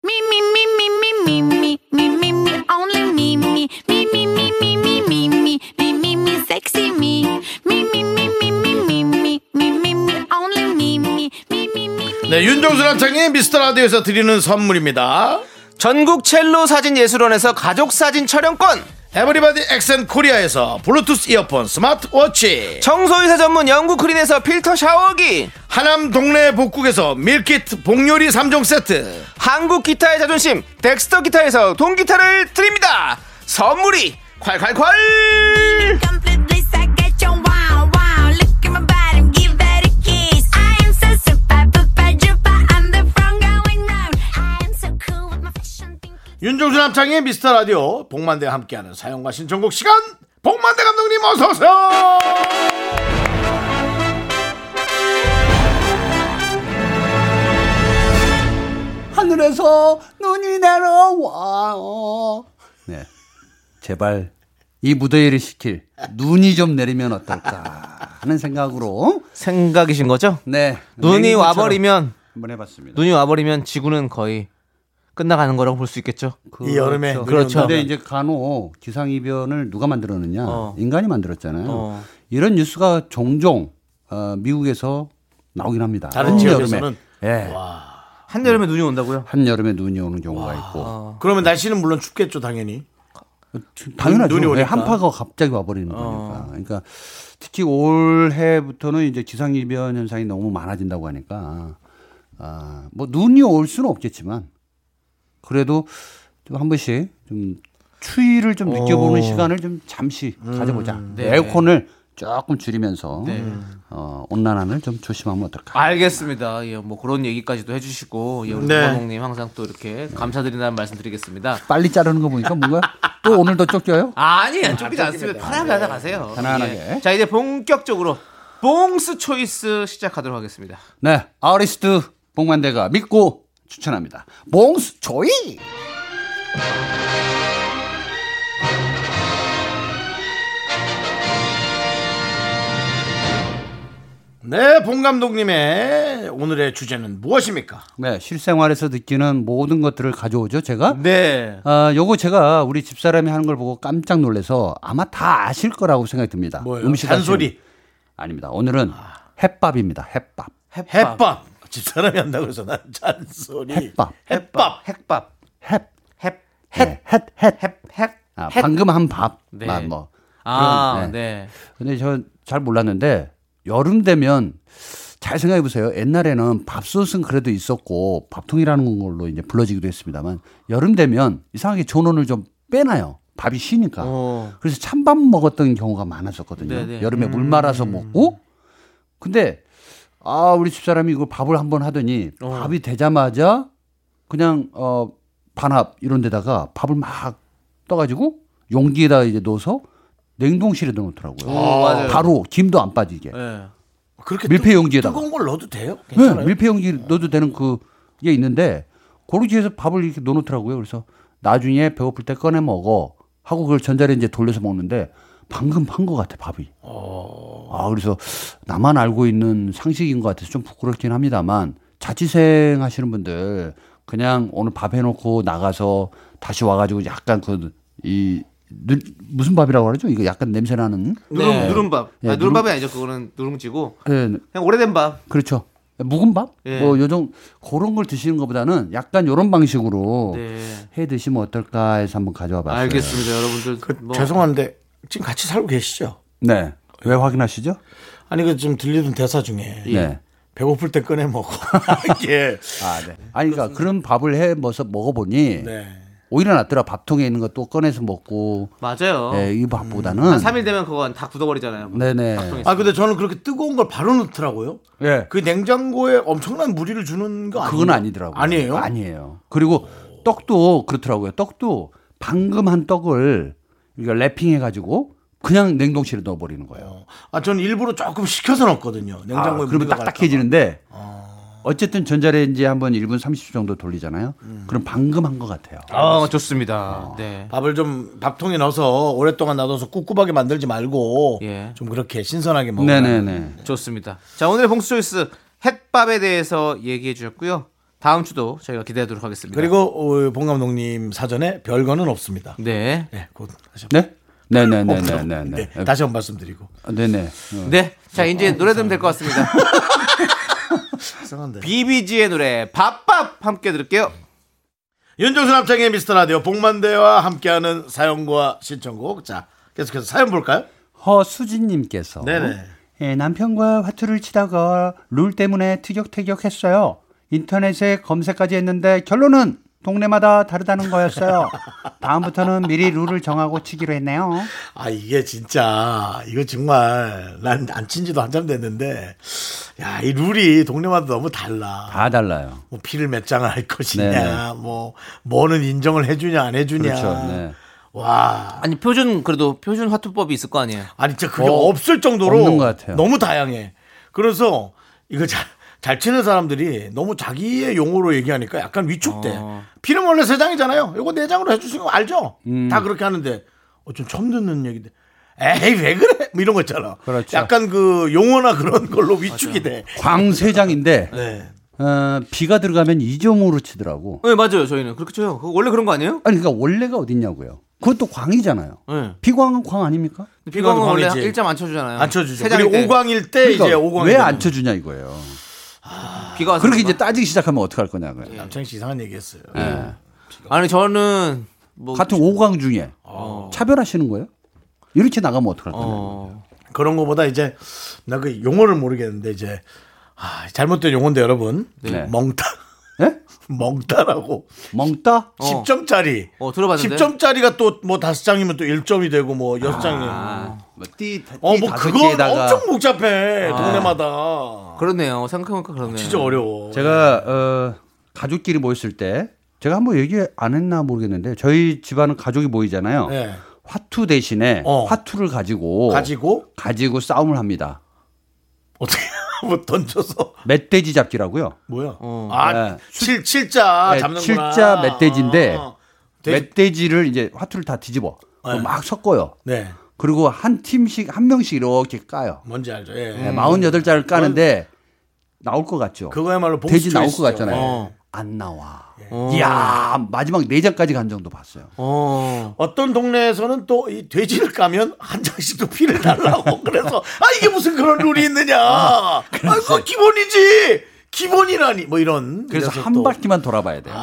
Me, me, me, me, me, me, me, me, me, me, only me, me, me, me, me, me, me, me, me, me, me, me, sexy me. Me, me, me, me, me, me, me, me, me, me, only me, me, me, me, me, me. 네, 윤정수 남창희의 미스터 라디오에서 드리는 선물입니다. 전국 첼로 사진 예술원에서 가족 사진 촬영권, 에브리바디 엑센 코리아에서 블루투스 이어폰 스마트워치 청소이사 전문 영국 크린에서 필터 샤워기, 하남 동네 복국에서 밀키트 복요리 3종 세트 한국 기타의 자존심, 덱스터 기타에서 동기타를 드립니다. 선물이 콸콸콸! Completely psycho, wow, wow. Look at my body, give that a kiss. I am so super, super, duper. I'm the front going round. I am so cool with my fashion thinking. 윤종수 남창의 미스터 라디오 복만대와 함께하는 사연과 신청곡 시간 복만대 감독님 어서 오세요 하늘에서 눈이 내려와. 네. 제발 이 무더위를 시킬 눈이 좀 내리면 어떨까 하는 생각으로 생각이신 거죠? 네. 눈이 냉이처럼 와버리면 한번 해봤습니다. 눈이 와버리면 지구는 거의 끝나가는 거라고 볼 수 있겠죠. 그, 이 여름에 눈이 그렇죠. 근데 이제 간혹 기상이변을 누가 만들었느냐? 어. 인간이 만들었잖아요. 어. 이런 뉴스가 종종 어, 미국에서 나오긴 합니다. 다른 한 지역에서는? 여름에. 예. 한 여름에 눈이 온다고요? 한 여름에 눈이 오는 경우가 있고 그러면 날씨는 물론 춥겠죠 당연히 당연하죠. 눈이 눈이 오니까. 어. 한파가 갑자기 와버리는 거니까. 그러니까 특히 올해부터는 이제 기상이변 현상이 너무 많아진다고 하니까 아, 뭐 눈이 올 수는 없겠지만 그래도 좀 한 번씩 좀 추위를 어. 좀 느껴보는 시간을 좀 잠시 음. 가져보자. 네. 에어컨을 조금 줄이면서 어, 온난화를 좀 조심하면 어떨까. 알겠습니다. 예, 뭐 그런 얘기까지도 해주시고 예, 우리 네. 감독님 항상 또 이렇게 감사드린다는 말씀드리겠습니다. 빨리 자르는 거 보니까 뭔가 또 오늘도 쫓겨요? 아니야, 쫓기지 않습니다. 편하게 하다 가세요. 편안하게. 예. 자, 이제 본격적으로 봉스 초이스 시작하도록 하겠습니다. 네, 아우리스트 복만대가 믿고 추천합니다. 봉스 조이. 네, 봉 감독님의 오늘의 주제는 무엇입니까? 네, 실생활에서 느끼는 모든 것들을 가져오죠, 제가. 네. 아, 요거 제가 우리 집사람이 하는 걸 보고 깜짝 놀라서 아마 다 아실 거라고 생각이 듭니다. 뭐예요? 음식 잔소리. 하시는- 아닙니다. 오늘은 햇밥입니다. 햇밥. 햇밥. 집사람이 한다고 해서 난 잔소리. 햇밥. 햇밥. 핵밥. 햇. 네. 햇. 햇. 햇. 햇. 핵. 핵. 아, 방금 한 밥. 네. 만 뭐. 아, 그런, 네. 근데 저 잘 몰랐는데 여름 되면 잘 생각해 보세요. 옛날에는 밥솥은 그래도 있었고 밥통이라는 걸로 이제 불러지기도 했습니다만 여름 되면 이상하게 전원을 좀 빼놔요. 밥이 쉬니까. 어. 그래서 찬밥 먹었던 경우가 많았었거든요. 네네. 여름에 음. 물 말아서 먹고. 근데 아 우리 집사람이 이거 밥을 한번 하더니 어. 밥이 되자마자 그냥 어 반합 이런 데다가 밥을 막 떠가지고 용기에다 이제 넣어서 냉동실에 넣어놓더라고요. 맞아요. 바로 김도 안 빠지게. 네. 그렇게 밀폐 뜨- 용기에다가. 뜨거운 걸 넣어도 돼요? 네, 괜찮아요. 밀폐 용기 넣어도 되는 그게 있는데 고르지에서 밥을 이렇게 넣어놓더라고요. 그래서 나중에 배고플 때 꺼내 먹어 하고 그걸 전자레인지에 돌려서 먹는데 방금 판 것 같아 밥이. 어. 아 그래서 나만 알고 있는 상식인 것 같아서 좀 부끄럽긴 합니다만 자취생 하시는 분들 그냥 오늘 밥 해놓고 나가서 다시 와가지고 약간 그이 무슨 밥이라고 그러죠? 이거 약간 냄새 나는. 누룽 누룽밥. 네, 아니, 누룽- 누룽밥이 아니죠. 그거는 누룽지고 네, 예, 그냥 오래된 밥. 그렇죠. 묵은 밥? 예. 뭐 요즘 그런 걸 드시는 것보다는 약간 요런 방식으로 네. 해 드시면 어떨까 해서 한번 가져와 봤어요. 알겠습니다, 여러분들. 뭐그 죄송한데 지금 같이 살고 계시죠? 네. 왜 확인하시죠? 아니 그 지금 들리던 대사 중에 네. 배고플 때 꺼내 먹어. 예. 아, 네. 아니 그러니까 그런 밥을 해 먹어서 먹어 보니 네. 오히려 낫더라. 밥통에 있는 거 또 꺼내서 먹고 맞아요. 예, 이 밥보다는 어? 한 3일 되면 그건 다 굳어버리잖아요. 네, 네. 아 근데 저는 그렇게 뜨거운 걸 바로 넣더라고요. 예. 그 냉장고에 엄청난 무리를 주는 거 아니에요? 그건 아니더라고요. 아니에요? 아니에요. 그리고 떡도 그렇더라고요. 떡도 방금 한 떡을 그러니까 랩핑해 가지고 그냥 냉동실에 넣어 버리는 거예요. 아, 저는 일부러 조금 식혀서 넣었거든요. 냉장고에 아, 그러면 무리가 갈까 딱딱해지는데 어쨌든 전자레인지에 한번 1분 30초 정도 돌리잖아요. 음. 그럼 방금 한 것 같아요. 아, 좋습니다. 네. 봐. 밥을 좀 밥통에 넣어서 오랫동안 놔둬서 꿉꿉하게 만들지 말고 예. 좀 그렇게 신선하게 먹어. 네네네. 좋습니다. 자, 오늘의 봉수 초이스 햇밥에 대해서 얘기해 주셨고요. 다음 주도 저희가 기대하도록 하겠습니다. 그리고 어, 봉 감독님 사전에 별거는 없습니다. 네. 네, 곧 다시 한번. 네? 네네네네네. 네, 다시 한 번 말씀드리고. 네네. 어. 네. 자, 이제 노래 들으면 될 것 같습니다. 이상한데. 비비지의 노래 밥밥 함께 들을게요. 윤정수 남창의 미스터 라디오 복만대와 함께하는 사연과 신청곡. 자, 계속해서 사연 볼까요? 허수진님께서 네네. 예, 남편과 화투를 치다가 룰 때문에 티격태격했어요. 인터넷에 검색까지 했는데 결론은 동네마다 다르다는 거였어요. 다음부터는 미리 룰을 정하고 치기로 했네요. 아 이게 진짜 이거 정말 난 안 친 지도 한참 됐는데 야 이 룰이 동네마다 너무 달라. 다 달라요. 뭐 피를 몇 장을 할 것이냐, 네네. 뭐 뭐는 인정을 해주냐 안 해주냐. 그렇죠, 네. 와, 아니 표준 그래도 표준 화투법이 있을 거 아니에요. 아니 진짜 그게 없을 정도로 어, 없는 것 같아요. 너무 다양해. 그래서 이거 잘, 잘 치는 사람들이 너무 자기의 용어로 얘기하니까 약간 위축돼. 어. 피는 원래 세 장이잖아요. 이거 네 장으로 해주시는 거 알죠? 음. 다 그렇게 하는데 어, 좀 처음 듣는 얘기인데. 에이 왜 그래? 뭐 이런 거 있잖아. 그렇죠. 약간 그 용어나 그런 걸로 위축이 돼. 광세장인데 네. 어, 비가 들어가면 2점으로 치더라고. 네, 맞아요. 저희는 그렇게 쳐요. 그거 원래 그런 거 아니에요? 아니 그러니까 원래가 어딨냐고요. 그것도 광이잖아요. 네. 비광은 광 아닙니까? 비광은 비광은 원래 광이지. 1점 안 쳐주잖아요. 안 쳐주죠. 세 그리고 장일 때 5광일 때 네, 이제 5광 그러니까 왜 안 쳐주냐 이거예요. 비가 와서 그런가? 그렇게 이제 따지기 시작하면 어떡할 거냐고요. 남창희 씨 이상한 얘기했어요. 네. 아니 저는 뭐 같은 5광 중에 아. 차별하시는 거예요? 이렇게 나가면 어떡할 거냐고요. 어, 그런 거보다 이제 나 그 용어를 모르겠는데 이제 아, 잘못된 용어인데 여러분 네. 멍따 예? 멍따라고 멍따? 어. 10점짜리 어, 들어봤는데. 10점짜리가 또 뭐 다섯 장이면 또 1점이 되고 뭐 아. 여섯 장이 아, 어, 어뭐 그거 엄청 복잡해 아. 동네마다 그렇네요. 생각해보니까 그렇네요. 음. 진짜 어려워 제가 어, 가족끼리 모였을 때 제가 한번 얘기 안 했나 모르겠는데 저희 집안은 가족이 모이잖아요. 예. 화투 대신에 어. 화투를 가지고 가지고 가지고 싸움을 합니다. 어떻게 뭐 던져서 멧돼지 잡기라고요. 뭐야 어. 아 네. 칠, 칠자 네, 잡는구나 칠자 멧돼지인데 아, 돼지- 멧돼지를 이제 화투를 다 뒤집어 네. 막 섞어요. 네 그리고 한 팀씩 한 명씩 이렇게 까요. 뭔지 알죠? 예. 네, 48자를 까는데 나올 것 같죠. 그거야말로 봉 돼지 나올 것 같잖아요. 어. 안 나와. 어. 이야 마지막 네 장까지 간 정도 봤어요. 어. 어떤 동네에서는 또 이 돼지를 까면 한 장씩도 피를 달라고 그래서 아 이게 무슨 그런 룰이 있느냐 아 그거 기본이지 기본이라니 뭐 이런 그래서 이래서 한 또 바퀴만 돌아봐야 돼요.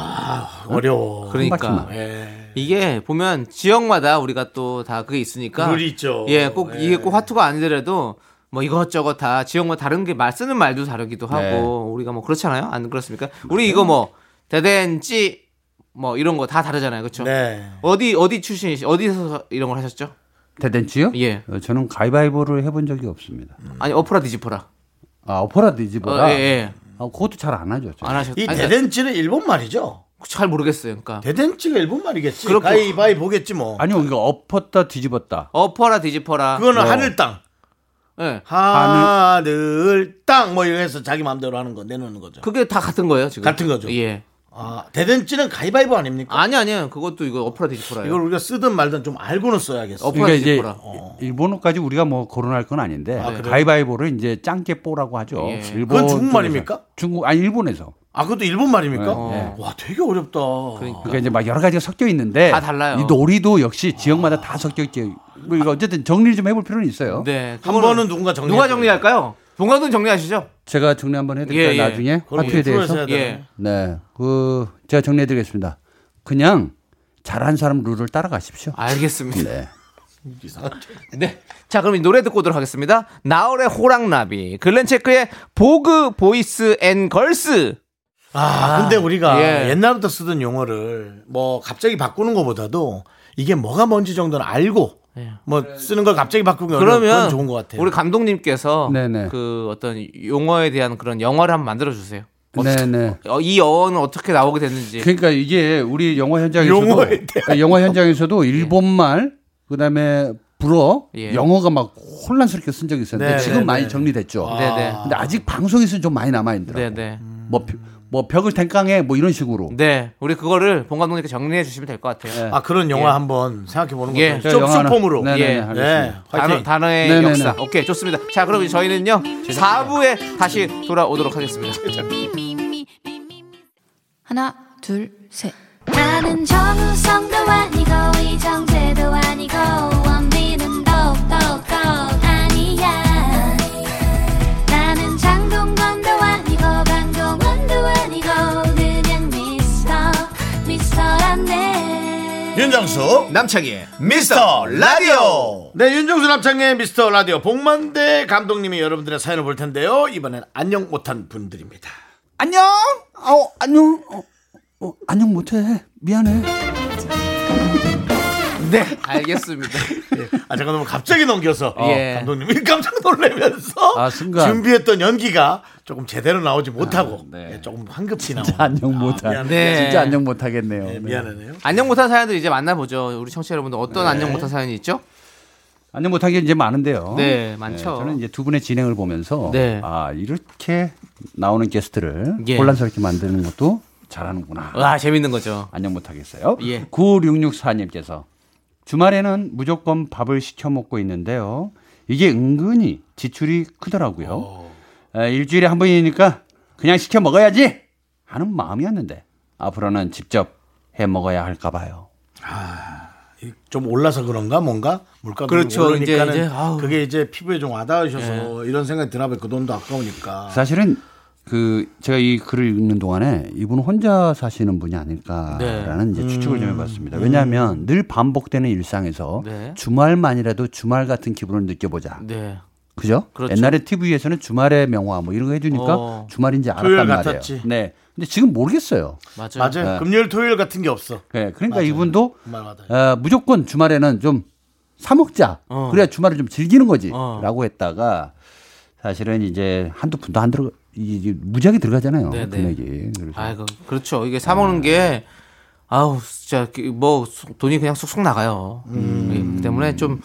어려워 한 그러니까 바퀴만. 예. 이게 보면 지역마다 우리가 또 다 그게 있으니까 룰이 있죠. 예, 꼭 예. 이게 꼭 화투가 아니더라도 뭐 이것저것 다 지역마다 다른 게 말 쓰는 말도 다르기도 하고 네. 우리가 뭐 그렇잖아요. 안 그렇습니까? 우리 이거 뭐 대댄지 뭐 이런 거 다 다르잖아요. 그렇죠? 네 어디 어디 출신이시? 어디서 이런 걸 하셨죠? 대댄치요? 예. 어, 저는 가위바위보를 해본 적이 없습니다. 아니 어프라 디지퍼라. 아, 어퍼라 뒤집어라. 어, 예, 예. 아, 그것도 잘 안 하죠. 저는. 안 하셨. 이 아니, 그러니까 대댄치는 일본 말이죠 잘 모르겠어요. 그러니까 대댄치가 일본 말이겠지 그렇고. 가위바위 보겠지 뭐 아니요, 이거 엎었다 뒤집었다. 어퍼라 디지퍼라. 뭐, 그거는 하늘 땅 예. 하늘 땅뭐 이래서 자기 마음대로 하는 거 내놓는 거죠 그게 다 같은 거예요 지금. 같은 거죠. 예. 아 대댄치는 가위바위보 아닙니까 아니 아니요. 그것도 이거 어프라 디지퍼라요. 이걸 우리가 쓰든 말든 좀 알고는 써야겠어 엎- 그러니까 이제 뒤집어라. 일본어까지 우리가 뭐 거론할 건 아닌데 가위바위보를 이제 짱깨 뽀라고 하죠. 예. 일본 그건 중국 쪽에서. 말입니까? 중국 아니 일본에서. 아 그것도 일본 말입니까 네. 와 되게 어렵다 그러니까. 그러니까 이제 막 여러 가지가 섞여 있는데 다 달라요. 아. 이 놀이도 역시 지역마다 다 섞여 있게. 뭐 이거 어쨌든 정리를 좀 해볼 필요는 있어요. 네. 한 번은 누군가 정리 누가 정리할까요? 동가돈 정리하시죠. 제가 정리 한번 해드릴까요? 예, 예. 나중에 화투에 대해서. 예. 네, 그 제가 정리해드리겠습니다. 그냥 잘한 사람 룰을 아, 따라가십시오. 알겠습니다. 네. 음. 네. 자, 그럼 이 노래 듣고 오도록 하겠습니다. 나얼의 호랑나비, 글렌체크의 보그 보이스 앤 네, 걸스. 아, 근데 우리가 예. 옛날부터 쓰던 용어를 뭐 갑자기 바꾸는 것보다도 이게 뭐가 뭔지 정도는 알고 예. 뭐 쓰는 걸 갑자기 바꾸는 그러면 건 좋은 것 같아요. 우리 감독님께서 네네. 그 어떤 용어에 대한 그런 영화를 한번 만들어 주세요. 네네. 어, 예. 이 어원은 어떻게 나오게 됐는지. 그러니까 이게 우리 영화 현장에서도 그러니까 용어에 대한 영화 현장에서도 일본말 그다음에 불어 예. 영어가 막 혼란스럽게 쓴 적이 있었는데 네, 지금 네, 많이 네. 정리됐죠. 네네. 근데 아직 방송에서는 좀 많이 남아 있더라고요. 네네. 음. 뭐, 벼- 뭐 벽을 탱깡해 뭐 이런 식으로. 네. 우리 그거를 본 감독님께 정리해 주시면 될 것 네. 같아요. 아 그런 영화 예. 한번 생각해 보는 예. 것도 제가 영화 하나- 쇼폼으로. 네네네, 예. 알겠습니다. 화이팅. 단어, 의 네네네. 역사. 오케이, 좋습니다. 자, 그럼 저희는요, 4부에 다시 돌아오도록 하겠습니다. 하나, 둘, 셋. 나는 정우성도 아니고 이정재도 아니고 원빈은 더욱더 아니야 나는 장동건도 아니고 강동원도 아니고 그냥 미스터 미스터란데 윤정수 남창희 음. 미스터 라디오. 네 윤정수 남창희 미스터 라디오 복만대 감독님이 여러분들의 사연을 볼 텐데요. 이번엔 안녕 못한 분들입니다. 안녕. 어 안녕. 어, 어, 안녕 못해. 미안해. 네, 알겠습니다. 아 잠깐 너무 갑자기 넘겨서 어, 예. 감독님이 깜짝 놀라면서 아, 순간. 아, 준비했던 연기가 조금 제대로 나오지 못하고 네. 예, 조금 황급히 나온 안녕 못해. 아, 미안해. 네. 진짜 안녕 못하겠네요. 예, 네. 미안하네요. 안녕 못한 사연들 이제 만나보죠. 우리 청취자 여러분들 어떤 안녕 못한 사연이 있죠? 안녕 못하게 이제 많은데요. 네, 많죠. 저는 이제 두 분의 진행을 보면서 네. 아 이렇게 나오는 게스트를 예. 혼란스럽게 만드는 것도 잘하는구나. 와, 재밌는 거죠. 안녕 못하겠어요. 예. 9664님께서 주말에는 무조건 밥을 시켜 먹고 있는데요. 이게 은근히 지출이 어. 크더라고요. 아, 일주일에 한 번이니까 그냥 시켜 먹어야지 하는 마음이었는데 앞으로는 직접 해 먹어야 할까 봐요. 좀 올라서 그런가 뭔가 물가도 그렇죠. 오르니까는 이제, 이제, 아우. 그게 이제 피부에 좀 와닿으셔서 이런 생각이 드나 봐요. 그 돈도 아까우니까. 네. 사실은 그 제가 이 글을 읽는 동안에 이분 혼자 사시는 분이 네. 아닐까라는 음. 이제 추측을 좀 해봤습니다. 왜냐하면 늘 반복되는 일상에서 네. 주말만이라도 주말 같은 기분을 느껴보자. 네. 그죠? 그렇죠. 옛날에 TV에서는 주말의 명화 뭐 이런 거 해주니까 어. 주말인지 토요일 알았단 말이에요. 같았지. 네. 근데 지금 모르겠어요. 맞아요. 맞아요. 금요일 토요일 같은 게 없어. 네. 그러니까 이분도 정말 맞아요. 어, 무조건 주말에는 좀 사먹자. 어. 그래야 주말을 좀 즐기는 거지. 어. 라고 했다가 사실은 이제 한두 푼도 안 들어, 이, 이 무지하게 들어가잖아요. 네, 네. 금액이. 그래서. 아이고, 그렇죠. 이게 사먹는 게, 아우, 진짜, 그 뭐, 쑥- 돈이 그냥 쑥쑥 나가요. 음. 그 때문에 좀,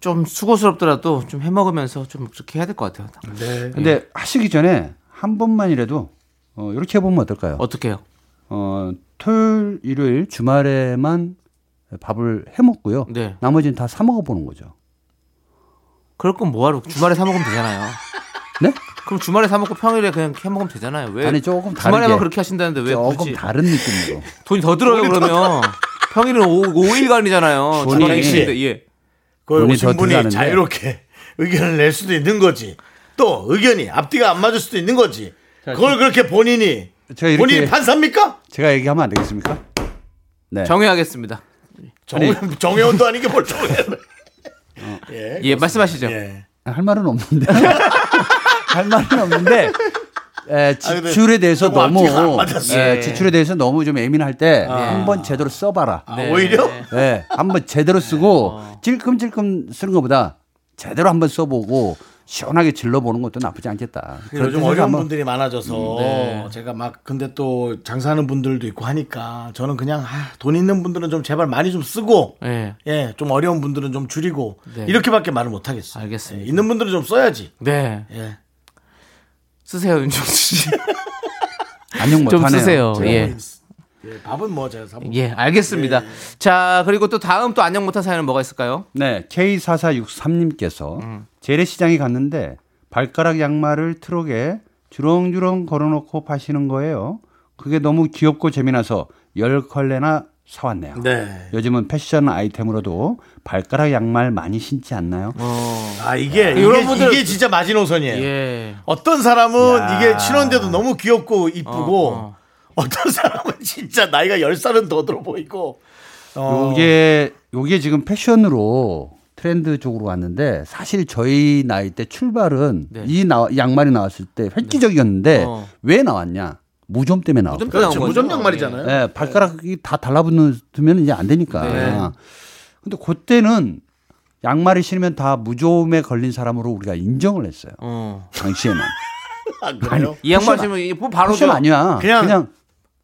좀 수고스럽더라도 좀 해먹으면서 좀 그렇게 해야 될 것 같아요. 네. 근데 예. 하시기 전에 한 번만이라도 어, 이렇게 해보면 어떨까요? 어떻게 해요? 어, 토요일, 일요일 주말에만 밥을 해 먹고요. 네. 나머지는 다 사 먹어 보는 거죠. 그럴 건 뭐하러 주말에 사 먹으면 되잖아요. 네? 그럼 주말에 사 먹고 평일에 그냥 해 먹으면 되잖아요. 왜? 아니, 조금 주말에만 다르게. 그렇게 하신다는데 왜 조금 굳이 다른 느낌으로. 돈이 더 들어요 그러면 평일은 오, 5일간이잖아요. 돈이- 주말에 쉬는데, 예. 그걸 눈이 오신 더 분이 들어가는데. 자유롭게 의견을 낼 수도 있는 거지. 또 의견이 앞뒤가 안 맞을 수도 있는 거지. 그걸 그렇게 본인이 제가 이렇게- 본인이 판사입니까? 제가 얘기하면 안 되겠습니까? 네. 정해하겠습니다. 정해 정해원도 아닌 게뭘 정해? 예. 예 말씀하시죠. 예. 할 말은 없는데. 할 말은 없는데. 에, 근데 지출에 대해서 너무 너무 앞뒤가 안 맞았어요. 예, 지출에 대해서 너무 좀 예민할 때 한번 제대로 써봐라. 아, 오히려 예, 한번 제대로 쓰고 찔끔찔끔 쓰는 것보다 제대로 한번 써보고 시원하게 질러보는 것도 나쁘지 않겠다. 그런 요즘 생각 어려운 한번- 분들이 음, 많아져서 네. 제가 막 근데 또 장사하는 분들도 있고 하니까 저는 그냥 아, 돈 있는 분들은 좀 제발 많이 좀 쓰고 예. 예, 좀 어려운 분들은 좀 줄이고 네. 이렇게밖에 말을 못 하겠어요. 알겠습니다. 예, 있는 분들은 좀 써야지. 네 예. 쓰세요 윤종수 씨. 안녕 좀 못하네요. 쓰세요. 뭐, 제가. 예. 예, 밥은 뭐 제가 사 먹. 예 알겠습니다. 자 그리고 또 다음 또 안녕 못한 사연은 뭐가 있을까요? 네, K4463님께서 재래시장에 갔는데 발가락 양말을 트럭에 주렁주렁 걸어놓고 파시는 거예요. 그게 너무 귀엽고 재미나서 열 컬레나 사왔네요. 네. 요즘은 패션 아이템으로도 발가락 양말 많이 신지 않나요? 아 이게 이게, 여러분들- 이게 진짜 마지노선이에요. 예. 어떤 사람은 이게 신혼데도 너무 귀엽고 이쁘고 어, 어, 떤 사람은 진짜 나이가 열 살은 더 들어 보이고. 어, 요게 요게 지금 패션으로 트렌드 쪽으로 왔는데 사실 저희 나이 때 출발은 네. 이 나- 양말이 나왔을 때 획기적이었는데 어. 왜 나왔냐? 무좀 때문에 나왔고. 때문에 나온 거죠? 그러니까 무전 양말이잖아요. 예, 발가락이 다 달라붙으면 이제 안 되니까. 네. 근데 그때는 양말을 신으면 다 무좀에 걸린 사람으로 우리가 인정을 했어요. 어. 당시에는. 아, 그래요? 이 양말 신으면 이게 뭐 바로 패션 아니야. 그냥- 그냥,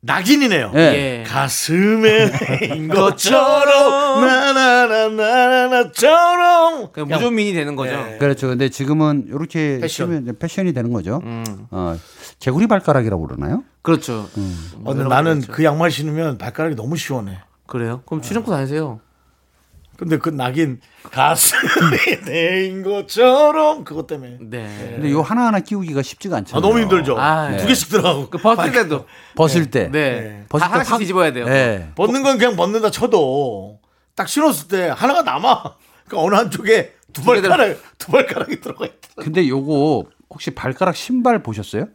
낙인이네요. 예. 예. 가슴에 인 것처럼 나나나나나처럼 그냥 무조민이 되는 거죠. 그렇죠. 근데 지금은 이렇게 패션. 음. 패션. 패션이 되는 거죠. 어, 개구리 발가락이라고 그러나요? 음. 그렇죠. 음. 어, 근데 나는 그 양말 신으면 발가락이 너무 시원해. 그래요? 그럼 추정고 다니세요. 근데 그 낙인 가슴에 내인 것처럼 그것 때문에 네. 근데 요 하나하나 끼우기가 쉽지가 아 않잖아요. 너무 힘들죠. 아, 두 예. 개씩 들어가고 그 버스 때도 벗을 때. 네. 버스 다 때 하나씩 확- 뒤집어야 돼요. 예. 벗는 건 그냥 벗는다 쳐도 딱 신었을 때 하나가 남아. 그러니까 어느 한쪽에 두 개 들어- 발가락 두 발가락이 들어가 있다. 근데 요거 혹시 발가락 신발 보셨어요?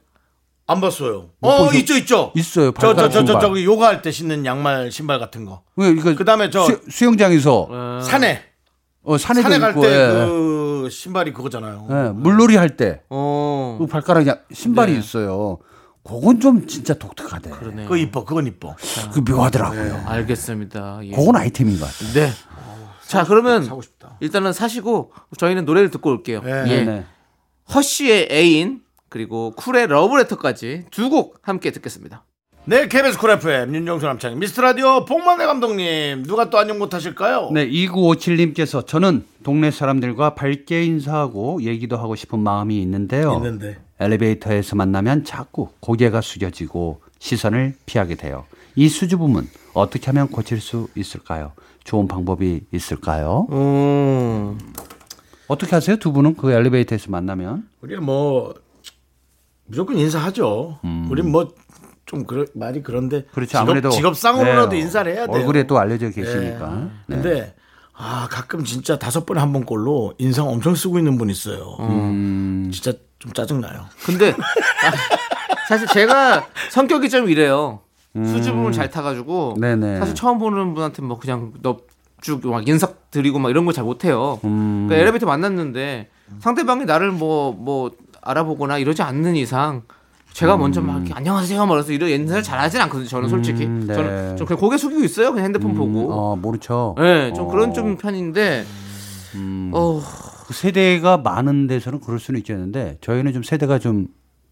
안 봤어요. 못 어 보죠? 있죠 있죠. 있어요, 저 저그 발가락 저 저 신발. 저기 요가 할 때 신는 양말 신발 같은 거. 이거 그다음에 저- 네. 수, 영장에서 산에 어, 산에 산에 갈 있고 때 그 신발이 그거잖아요. 예, 물놀이 할 때 그 어. 발가락에 신발이 있어요. 그건 좀 진짜 독특하대. 네. 그 그러네. 그거 이뻐. 그건 이뻐. 묘하더라고요. 알겠습니다. 예. 그건 아이템인 것 같아요. 네. 자 음. 그러면 사고 싶다. 일단은 사시고 저희는 노래를 듣고 올게요. 네. 예. 네. 허쉬의 애인 그리고 쿨의 러브레터까지 두 곡 함께 듣겠습니다. 네, KBS 쿨 FM 윤정수 남창희 미스터 라디오 복만대 감독님 누가 또 안녕 못 하실까요? 네, 2957님께서 저는 동네 사람들과 밝게 인사하고 얘기도 하고 싶은 마음이 있는데요. 있는데. 엘리베이터에서 만나면 자꾸 고개가 숙여지고 시선을 피하게 돼요. 이 수줍음은 어떻게 하면 고칠 수 있을까요? 좋은 방법이 있을까요? 음. 어떻게 하세요? 두 분은 그 엘리베이터에서 만나면? 우리가 뭐 무조건 인사하죠. 우린 뭐 좀 그런 말이 그런데 음. 그렇죠. 직업, 아무래도 직업 상으로라도 네, 인사를 해야 돼요. 얼굴에 또 알려져 계시니까. 네. 근데 아 가끔 진짜 다섯 번에 한 번꼴로 인상 엄청 쓰고 있는 분 있어요. 음. 진짜 좀 짜증 나요. 근데 아, 사실 제가 성격이 좀 이래요. 수줍음을 잘 타가지고 네네. 사실 처음 보는 분한테 뭐 그냥 넙죽 막 인사 드리고 막 이런 걸 잘 못해요. 음, 음. 그러니까 엘리베이터 만났는데 상대방이 나를 뭐 뭐 알아보거나 이러지 않는 이상 제가 먼저 막 이렇게 안녕하세요 말해서 이런 인사를 잘 하진 않거든요. 저는 솔직히 음. 음, 네. 저는 좀 그냥 고개 숙이고 있어요. 그냥 핸드폰 보고. 어, 모르죠. 네, 좀 그런 어. 음, 그 좀 편인데. 어, 세대가 많은 데서는 그럴 수는 있겠는데 저희는 좀 세대가 좀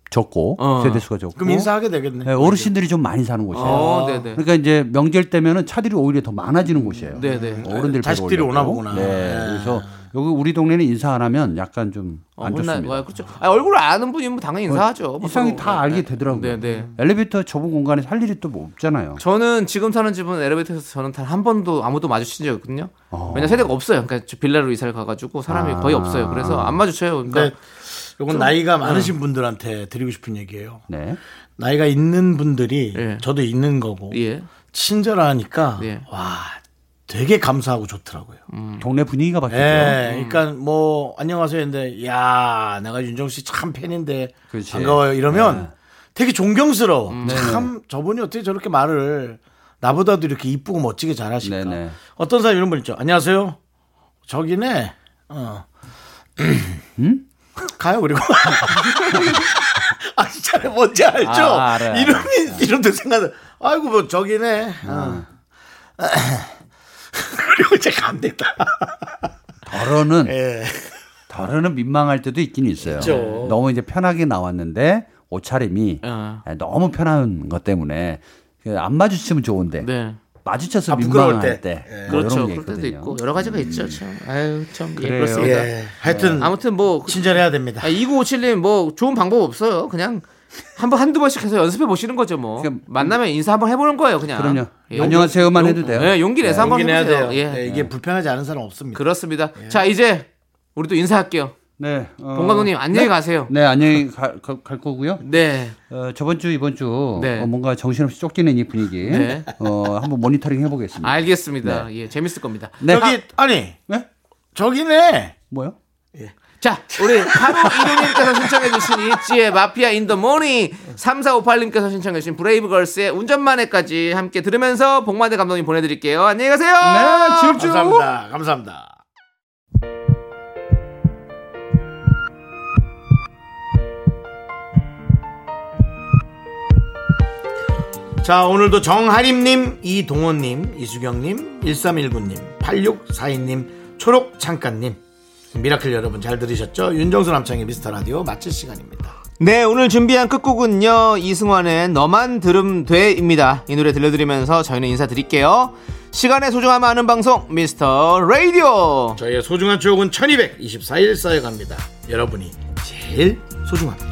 적고 어. 세대 수가 적고 그럼 인사하게 되겠네. 네, 어르신들이 좀 많이 사는 곳이에요. 어, 네네. 그러니까 이제 명절 때면은 차들이 오히려 더 많아지는 곳이에요. 네네. 어른들 자식들이 배로 오나 올려고. 보구나. 네. 네. 그래서 여기 우리 동네는 인사 안 하면 약간 좀 안 어, 혼나, 좋습니다. 어, 와, 그렇죠. 아, 얼굴을 아는 분이면 당연히 어, 인사하죠. 뭐 이상이 서로. 네. 다 알게 되더라고요. 네네. 엘리베이터 좁은 공간에 살 일이 또뭐 없잖아요. 저는 지금 사는 집은 엘리베이터에서 저는 단 한 번도 아무도 마주친 적이 없거든요. 어. 왜냐 세대가 없어요. 그러니까 저 빌라로 이사를 가가지고 사람이 아. 거의 없어요. 그래서 안 마주쳐요. 근데 그러니까 이건 나이가 네. 많으신 분들한테 드리고 싶은 얘기예요. 네. 나이가 있는 분들이 예. 저도 있는 거고 예. 친절하니까 예. 와 되게 감사하고 좋더라고요. 동네 분위기가 바뀌죠. 음. 예, 그러니까 뭐 안녕하세요 했는데 야 내가 윤정 씨 참 팬인데 그렇지. 반가워요 네. 이러면 되게 존경스러워. 음. 참 저분이 어떻게 저렇게 말을 나보다도 이렇게 이쁘고 멋지게 잘하실까. 네네. 어떤 사람 이런 분 있죠. 안녕하세요. 저기네. 어. 음? 가요 그리고. 아 진짜 뭔지 알죠? 아, 알아요, 알아요. 이름이 이름도 생각. 아이고 뭐 저기네. 음. 어. 그리고 제가 안 됐다. 덜어는 예. 덜어는 민망할 때도 있긴 있어요. 있죠. 너무 이제 편하게 나왔는데 옷차림이 네, 어. 너무 편한 것 때문에 그 안 마주치면 좋은데 네. 마주쳐서 아, 부끄러울 민망할 때. 네. 때, 뭐 그렇죠. 이런 게 그럴 때도 있거든요. 음. 있고 여러 가지가 있죠. 참. 아유 참. 예, 그래요. 그렇습니다. 예. 하여튼 아무튼 뭐 친절해야 됩니다. 아, 2957님 뭐 좋은 방법 없어요. 그냥 한번 한두 번씩 해서 연습해 보시는 거죠 뭐. 그냥- 만나면 인사 한번 해보는 거예요 그냥. 그럼요. 예. 안녕하세요만 해도 돼요. 예, 용기 내서 한번 용기 내야 돼요. 해보세요. 예. 예. 네, 이게 불편하지 않은 사람 없습니다. 그렇습니다. 자 이제 우리도 인사할게요. 네. 어, 봉감독님 안녕히 가세요. 네, 안녕히 가- 가- 갈 거고요. 네. 어, 저번 주 이번 주 네. 어, 뭔가 정신없이 쪽지는 이 분위기 네. 어, 한번 모니터링 해보겠습니다. 알겠습니다. 예, 재밌을 겁니다. 네. 저기 아니 아, 네? 저기네. 뭐요? 자, 우리 바로 이동님께서 신청해주신 있지의 마피아 인 더 모닝 3458님께서 신청해주신 브레이브걸스의 운전만해까지 함께 들으면서 복만대 감독님 보내드릴게요. 안녕히 가세요. 네, 질주. 아, 감사합니다. 감사합니다. 자 오늘도 정하림님, 이동원님, 이수경님, 1319님, 8642님, 초록창가님 미라클 여러분 잘 들으셨죠? 윤정수 남창의 미스터라디오 마칠 시간입니다. 네, 오늘 준비한 끝곡은요. 이승환의 너만 들음 돼입니다. 이 노래 들려드리면서 저희는 인사드릴게요. 시간의 소중함 아는 방송 미스터 라디오. 저희의 소중한 추억은 1224일 쌓여갑니다. 여러분이 제일 소중합니다.